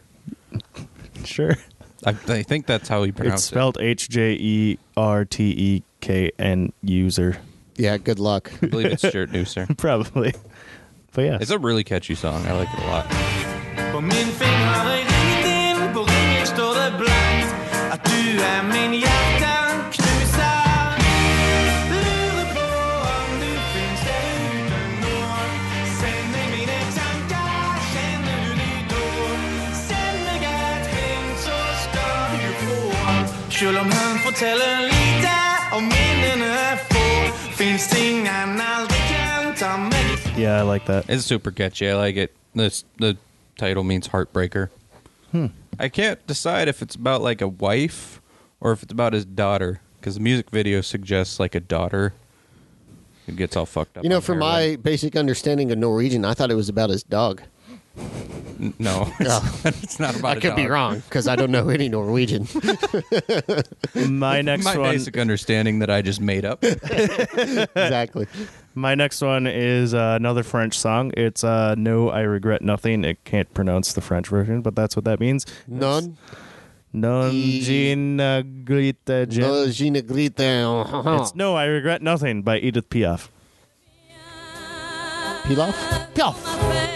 Speaker 1: sure.
Speaker 2: I, I think that's how he
Speaker 1: It's
Speaker 2: pronounced it.
Speaker 1: spelled H J E R T E K N user.
Speaker 4: Yeah, good luck.
Speaker 2: I believe it's Jertnuser.
Speaker 1: Probably. But yeah.
Speaker 2: It's a really catchy song. I like it a lot.
Speaker 10: På min finger i ringen, på ringen står det blankt at du er min hjerteknuser. Lurer på om du finnes der ute nå. Send meg mine tanker, kjenner du de da? Send meg et hint, så skal du få. Selv om hun forteller lite, og minnene er få, fins ting han aldri kan ta meg ifra.
Speaker 1: yeah, I like that.
Speaker 2: It's super catchy. I like it. This the title means heartbreaker.
Speaker 4: Hmm.
Speaker 2: I can't decide if it's about like a wife or if it's about his daughter because the music video suggests like a daughter who gets all fucked up.
Speaker 4: You know,
Speaker 2: on
Speaker 4: from
Speaker 2: heroin.
Speaker 4: my basic understanding of Norwegian, I thought it was about his dog.
Speaker 2: N- No, it's, not, it's not about.
Speaker 4: I
Speaker 2: a
Speaker 4: could be
Speaker 2: dog.
Speaker 4: wrong because I don't know any Norwegian.
Speaker 1: My next
Speaker 2: My
Speaker 1: one.
Speaker 2: basic understanding that I just made up.
Speaker 4: exactly.
Speaker 1: My next one is uh, another French song. It's uh, "No, I Regret Nothing." It can't pronounce the French version, but that's what that means.
Speaker 4: None.
Speaker 1: Non
Speaker 4: E-
Speaker 1: je ne regrette
Speaker 4: No,
Speaker 1: jamais.
Speaker 4: je ne grite.
Speaker 1: It's "No, I Regret Nothing" by Edith Piaf.
Speaker 4: Pilaf? Pilaf.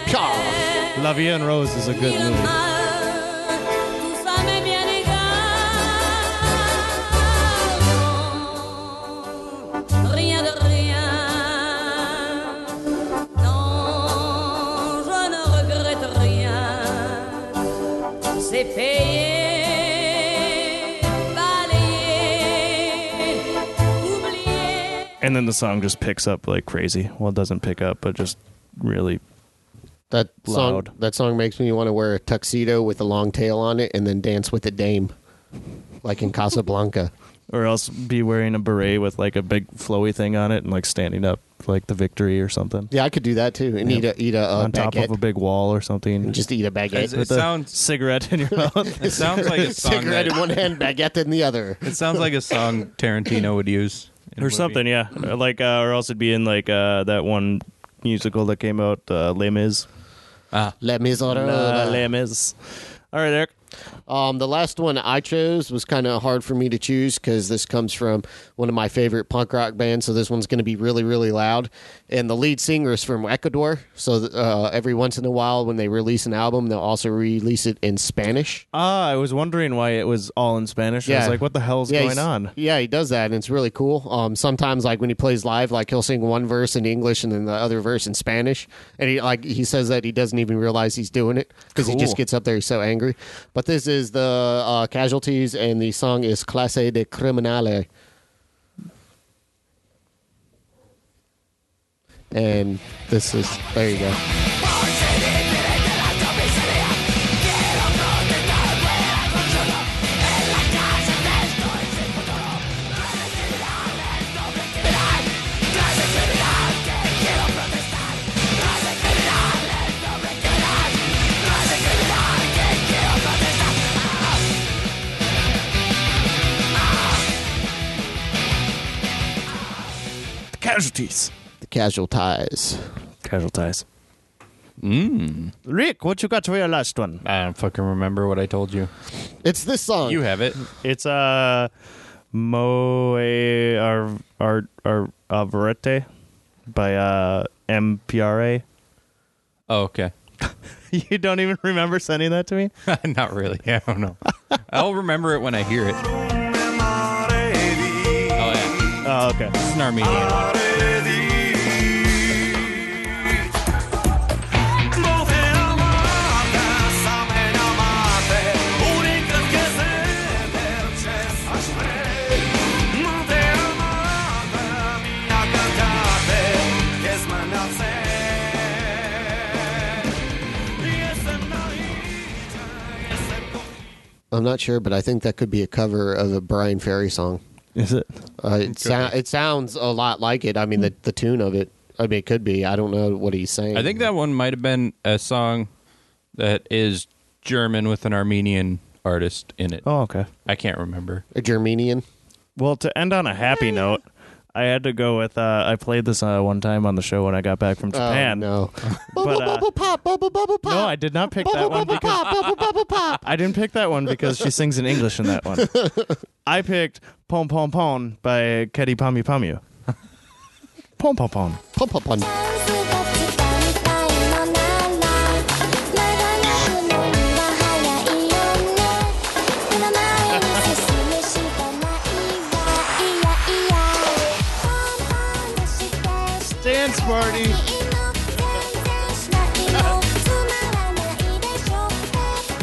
Speaker 4: Pilaf.
Speaker 1: La Vie en Rose is a good movie.
Speaker 6: Rien de rien, non, je ne regrette rien, c'est payé, balayé, oublié.
Speaker 1: And then the song just picks up like crazy. Well, it doesn't pick up, but just really.
Speaker 4: That song.
Speaker 1: Loud.
Speaker 4: That song makes me want to wear a tuxedo with a long tail on it and then dance with a dame, like in Casablanca.
Speaker 1: Or else be wearing a beret with like a big flowy thing on it and like standing up like the victory or something
Speaker 4: Yeah, I could do that too, and eat a eat a, uh
Speaker 1: on top
Speaker 4: baguette.
Speaker 1: of a big wall or something.
Speaker 4: just eat a baguette.
Speaker 2: Is
Speaker 4: with
Speaker 2: it
Speaker 1: The
Speaker 2: sounds
Speaker 1: cigarette in your mouth.
Speaker 2: it sounds like a
Speaker 4: a
Speaker 2: song
Speaker 4: cigarette
Speaker 2: that,
Speaker 4: in one hand, baguette in the other.
Speaker 2: It sounds like a song Tarantino would use in a
Speaker 1: or
Speaker 2: movie.
Speaker 1: something, yeah. Or Like, uh, or else it'd be in like uh, that one musical that came out, uh, Les Mis.
Speaker 2: Ah.
Speaker 4: Les
Speaker 1: Uh, Les
Speaker 4: Miserables.
Speaker 1: Mis. All right, Eric.
Speaker 4: Um, the last one I chose was kind of hard for me to choose because this comes from one of my favorite punk rock bands. So this one's going to be really, really loud. And the lead singer is from Ecuador. So uh, every once in a while, when they release an album, they'll also release it in Spanish.
Speaker 1: Ah, I was wondering why it was all in Spanish. I was like, what the hell's
Speaker 4: Yeah,
Speaker 1: going
Speaker 4: he's-
Speaker 1: on?
Speaker 4: Yeah, he does that, and it's really cool. Um, sometimes, like when he plays live, like he'll sing one verse in English and then the other verse in Spanish, and he like he says that he doesn't even realize he's doing it because he just
Speaker 1: Cool.
Speaker 4: gets up there, he's so angry. But this is the uh, casualties, and the song is "Clase de Criminale," and this is there you go.
Speaker 1: The casualties.
Speaker 4: The casualties.
Speaker 1: Casualties. Mm. Rick, what you got for your last one?
Speaker 2: I don't fucking remember what I told you.
Speaker 4: It's this song.
Speaker 2: You have it.
Speaker 1: It's uh, Moe Ar Ar Ar Avarete by uh MPRA.
Speaker 2: Oh, okay.
Speaker 1: You don't even remember sending that to me?
Speaker 2: Not really. I don't know. I'll remember it when I hear it. Oh yeah,
Speaker 1: Oh, okay.
Speaker 2: it's an Armenian. one.
Speaker 4: I'm not sure, but I think that could be a cover of a Brian Ferry song.
Speaker 1: Is it?
Speaker 4: Uh, it, sou- it sounds a lot like it. I mean, the, the tune of it. I mean, it could be. I don't know what he's saying.
Speaker 2: I think that one might have been a song that is German with an Armenian artist in it.
Speaker 1: Oh, okay.
Speaker 2: I can't remember.
Speaker 4: a Germanian.
Speaker 1: Well, to end on a happy note, I had to go with. Uh, I played this uh, one time on the show when I got back from
Speaker 4: Oh,
Speaker 1: Japan.
Speaker 4: no.
Speaker 1: But, uh,
Speaker 4: pop, bubble bubble
Speaker 1: No, I did not pick that one because
Speaker 4: bubble bubble pop.
Speaker 1: I didn't pick that one because she sings in English in that one. I picked "Pom Pom Pom" by Kedi Pamu Pamu. Pom Pom Pom.
Speaker 4: Pop pop on.
Speaker 1: Dance party.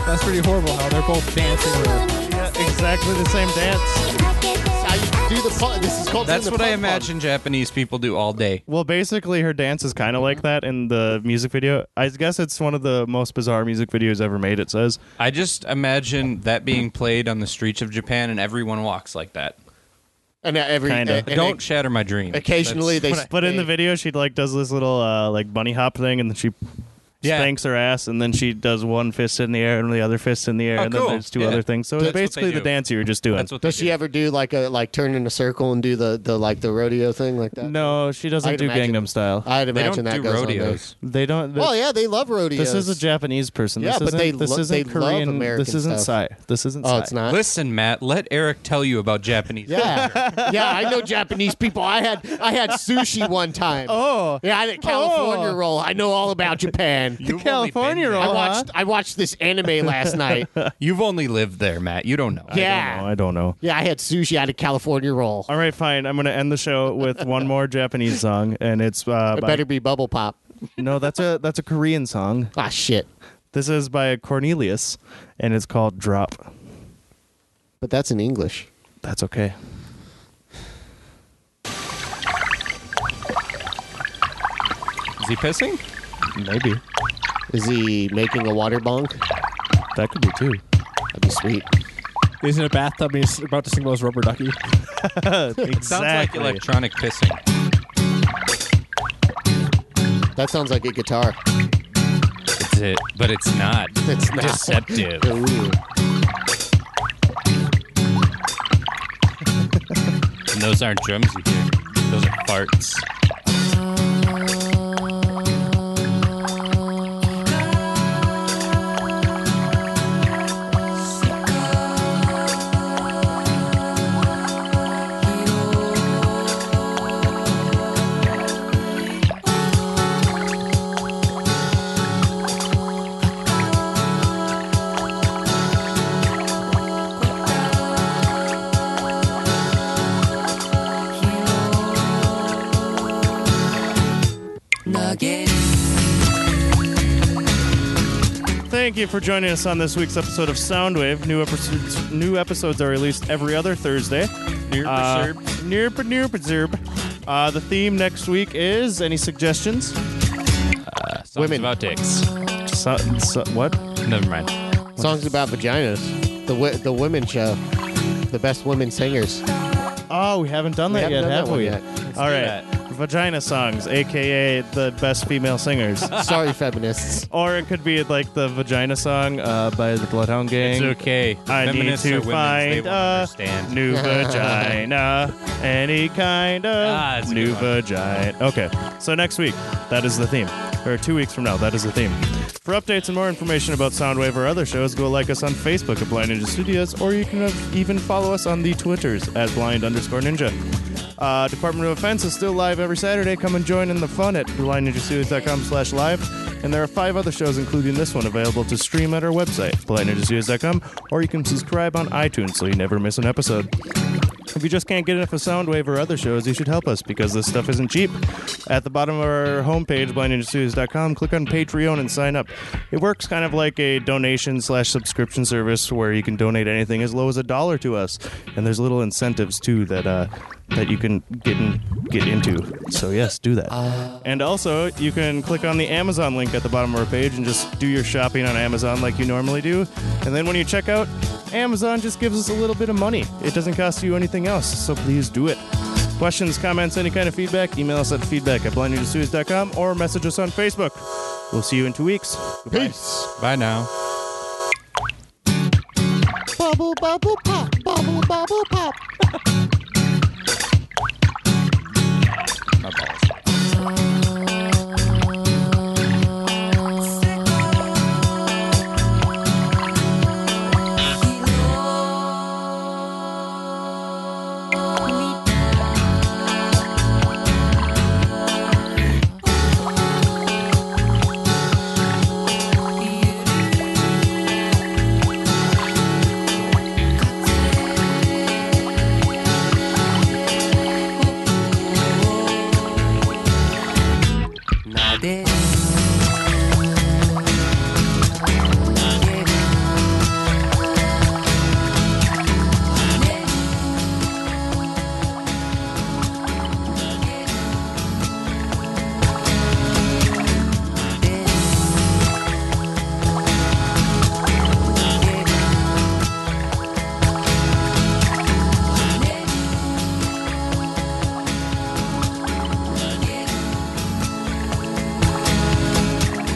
Speaker 3: That's pretty horrible how they're both dancing.
Speaker 1: Yeah, exactly the same dance.
Speaker 4: I do the pop. This is called.
Speaker 2: That's
Speaker 4: doing
Speaker 2: what
Speaker 4: the
Speaker 2: I
Speaker 4: pop-pop.
Speaker 2: imagine Japanese people do all day.
Speaker 1: Well, basically, her dance is kind of like that in the music video. I guess it's one of the most bizarre music videos ever made. It says.
Speaker 2: I just imagine that being played on the streets of Japan and everyone walks like that.
Speaker 4: And uh, every
Speaker 1: Kinda.
Speaker 4: and- and
Speaker 2: Don't shatter my dream.
Speaker 4: Occasionally
Speaker 2: That's-
Speaker 4: they.
Speaker 1: But in the
Speaker 4: they-
Speaker 1: video, she like does this little uh, like bunny hop thing, and then she
Speaker 2: Yeah.
Speaker 1: spanks her ass, and then she does one fist in the air and the other fist in the air,
Speaker 2: Oh,
Speaker 1: and
Speaker 2: cool.
Speaker 1: then there's two
Speaker 2: Yeah.
Speaker 1: other things. So
Speaker 2: That's
Speaker 1: it's
Speaker 2: what they
Speaker 1: basically the
Speaker 2: do.
Speaker 1: dance you were just doing.
Speaker 2: That's what
Speaker 4: Does
Speaker 2: they
Speaker 4: she
Speaker 2: do.
Speaker 4: ever do like a like turn in a circle and do the the like the rodeo thing like that?
Speaker 1: no, she doesn't
Speaker 4: I'd
Speaker 1: do
Speaker 4: imagine-
Speaker 1: Gangnam Style.
Speaker 4: I'd
Speaker 2: They don't
Speaker 4: imagine that
Speaker 2: do
Speaker 4: goes
Speaker 2: rodeos.
Speaker 1: Uh, they don't.
Speaker 4: on there. Well, yeah, they love rodeos.
Speaker 1: This is a Japanese person.
Speaker 4: Yeah,
Speaker 1: this
Speaker 4: but
Speaker 1: isn't,
Speaker 4: they
Speaker 1: this
Speaker 4: lo-
Speaker 1: isn't
Speaker 4: they love
Speaker 1: Korean.
Speaker 4: American
Speaker 1: this isn't
Speaker 4: stuff.
Speaker 1: Sai. This isn't.
Speaker 4: Oh,
Speaker 1: Sai.
Speaker 4: it's not.
Speaker 2: Listen, Matt, let Eric tell you about Japanese.
Speaker 4: Yeah, yeah, I know Japanese people. I had I had sushi one time.
Speaker 1: Oh,
Speaker 4: yeah, I had a California roll. I know all about Japan.
Speaker 2: You've only been
Speaker 1: California
Speaker 2: there.
Speaker 1: roll.
Speaker 4: I
Speaker 1: Uh-huh.
Speaker 4: watched I watched this anime last night.
Speaker 2: You've only lived there, Matt. You don't know.
Speaker 4: Yeah,
Speaker 1: I don't know.
Speaker 4: yeah, I had sushi. I had a California roll.
Speaker 1: All right, fine. I'm gonna end the show with one more Japanese song, and it's uh,
Speaker 4: It
Speaker 1: by,
Speaker 4: better be bubble pop.
Speaker 1: no, that's a that's a Korean song.
Speaker 4: Ah, shit.
Speaker 1: This is by Cornelius, and it's called Drop.
Speaker 4: But that's in English.
Speaker 1: That's okay.
Speaker 2: Is he pissing?
Speaker 1: Maybe
Speaker 4: Is he making a water bonk?
Speaker 1: that could be too.
Speaker 4: That'd be sweet.
Speaker 3: He's in a bathtub and he's about to sing those rubber ducky.
Speaker 2: Sounds like
Speaker 1: exactly.
Speaker 2: electronic pissing.
Speaker 4: That sounds like a guitar.
Speaker 2: It's it, but it's not.
Speaker 4: It's not.
Speaker 2: Deceptive.
Speaker 4: Ooh.
Speaker 2: And those aren't drums you hear. Those are farts.
Speaker 6: Nugget.
Speaker 1: Thank you for joining us on this week's episode of Soundwave. New episodes, new episodes are released every other Thursday.
Speaker 2: Near
Speaker 1: Uh,
Speaker 2: preserved.
Speaker 1: near near preserve. Uh, the theme next week is any suggestions?
Speaker 2: Songs
Speaker 4: women.
Speaker 2: about dicks.
Speaker 1: So, so, what?
Speaker 2: Never mind.
Speaker 4: Songs about vaginas. The wi- the women show. The best women singers.
Speaker 1: Oh, we haven't done
Speaker 4: We
Speaker 1: that
Speaker 4: haven't
Speaker 1: yet,
Speaker 4: done that
Speaker 1: have
Speaker 4: one
Speaker 1: we?
Speaker 4: yet.
Speaker 1: All
Speaker 2: do
Speaker 1: right. Vagina songs, aka the best female singers.
Speaker 4: Sorry, feminists.
Speaker 1: or it could be like the vagina song uh, by the Bloodhound Gang.
Speaker 2: It's okay.
Speaker 1: I need
Speaker 2: Feminists are
Speaker 1: to
Speaker 2: women. they
Speaker 1: find
Speaker 2: won't
Speaker 1: a
Speaker 2: understand.
Speaker 1: new vagina. Any kind of
Speaker 2: Ah, that's a
Speaker 1: new
Speaker 2: good one.
Speaker 1: vagina. Okay, so next week, that is the theme. Or two weeks from now, that is the theme. For updates and more information about Soundwave or other shows, go like us on Facebook at Blind Ninja Studios, or you can uh, even follow us on the Twitters at blind underscore ninja. Uh, Department of Defense is still live every Saturday. Come and join in the fun at blindninjastudios.com slash live. And there are five other shows, including this one, available to stream at our website, blindninjastudios.com, or you can subscribe on iTunes so you never miss an episode. If you just can't get enough of Soundwave or other shows, you should help us because this stuff isn't cheap. At the bottom of our homepage, blindindustries.com, click on Patreon and sign up. It works kind of like a donation slash subscription service where you can donate anything as low as a dollar to us, and there's little incentives too that uh, that you can get in, get into. So yes, do that. and also, you can click on the Amazon link at the bottom of our page and just do your shopping on Amazon like you normally do. And then when you check out, Amazon just gives us a little bit of money. It doesn't cost you anything else, so please do it. Questions, comments, any kind of feedback, email us at feedback at blindnewtosuez.com or message us on Facebook. We'll see you in two weeks. Goodbye.
Speaker 4: Peace.
Speaker 2: Bye now.
Speaker 4: Bubble, bubble, pop. Bubble, bubble, pop.
Speaker 2: My balls.
Speaker 6: Nugget. Nugget.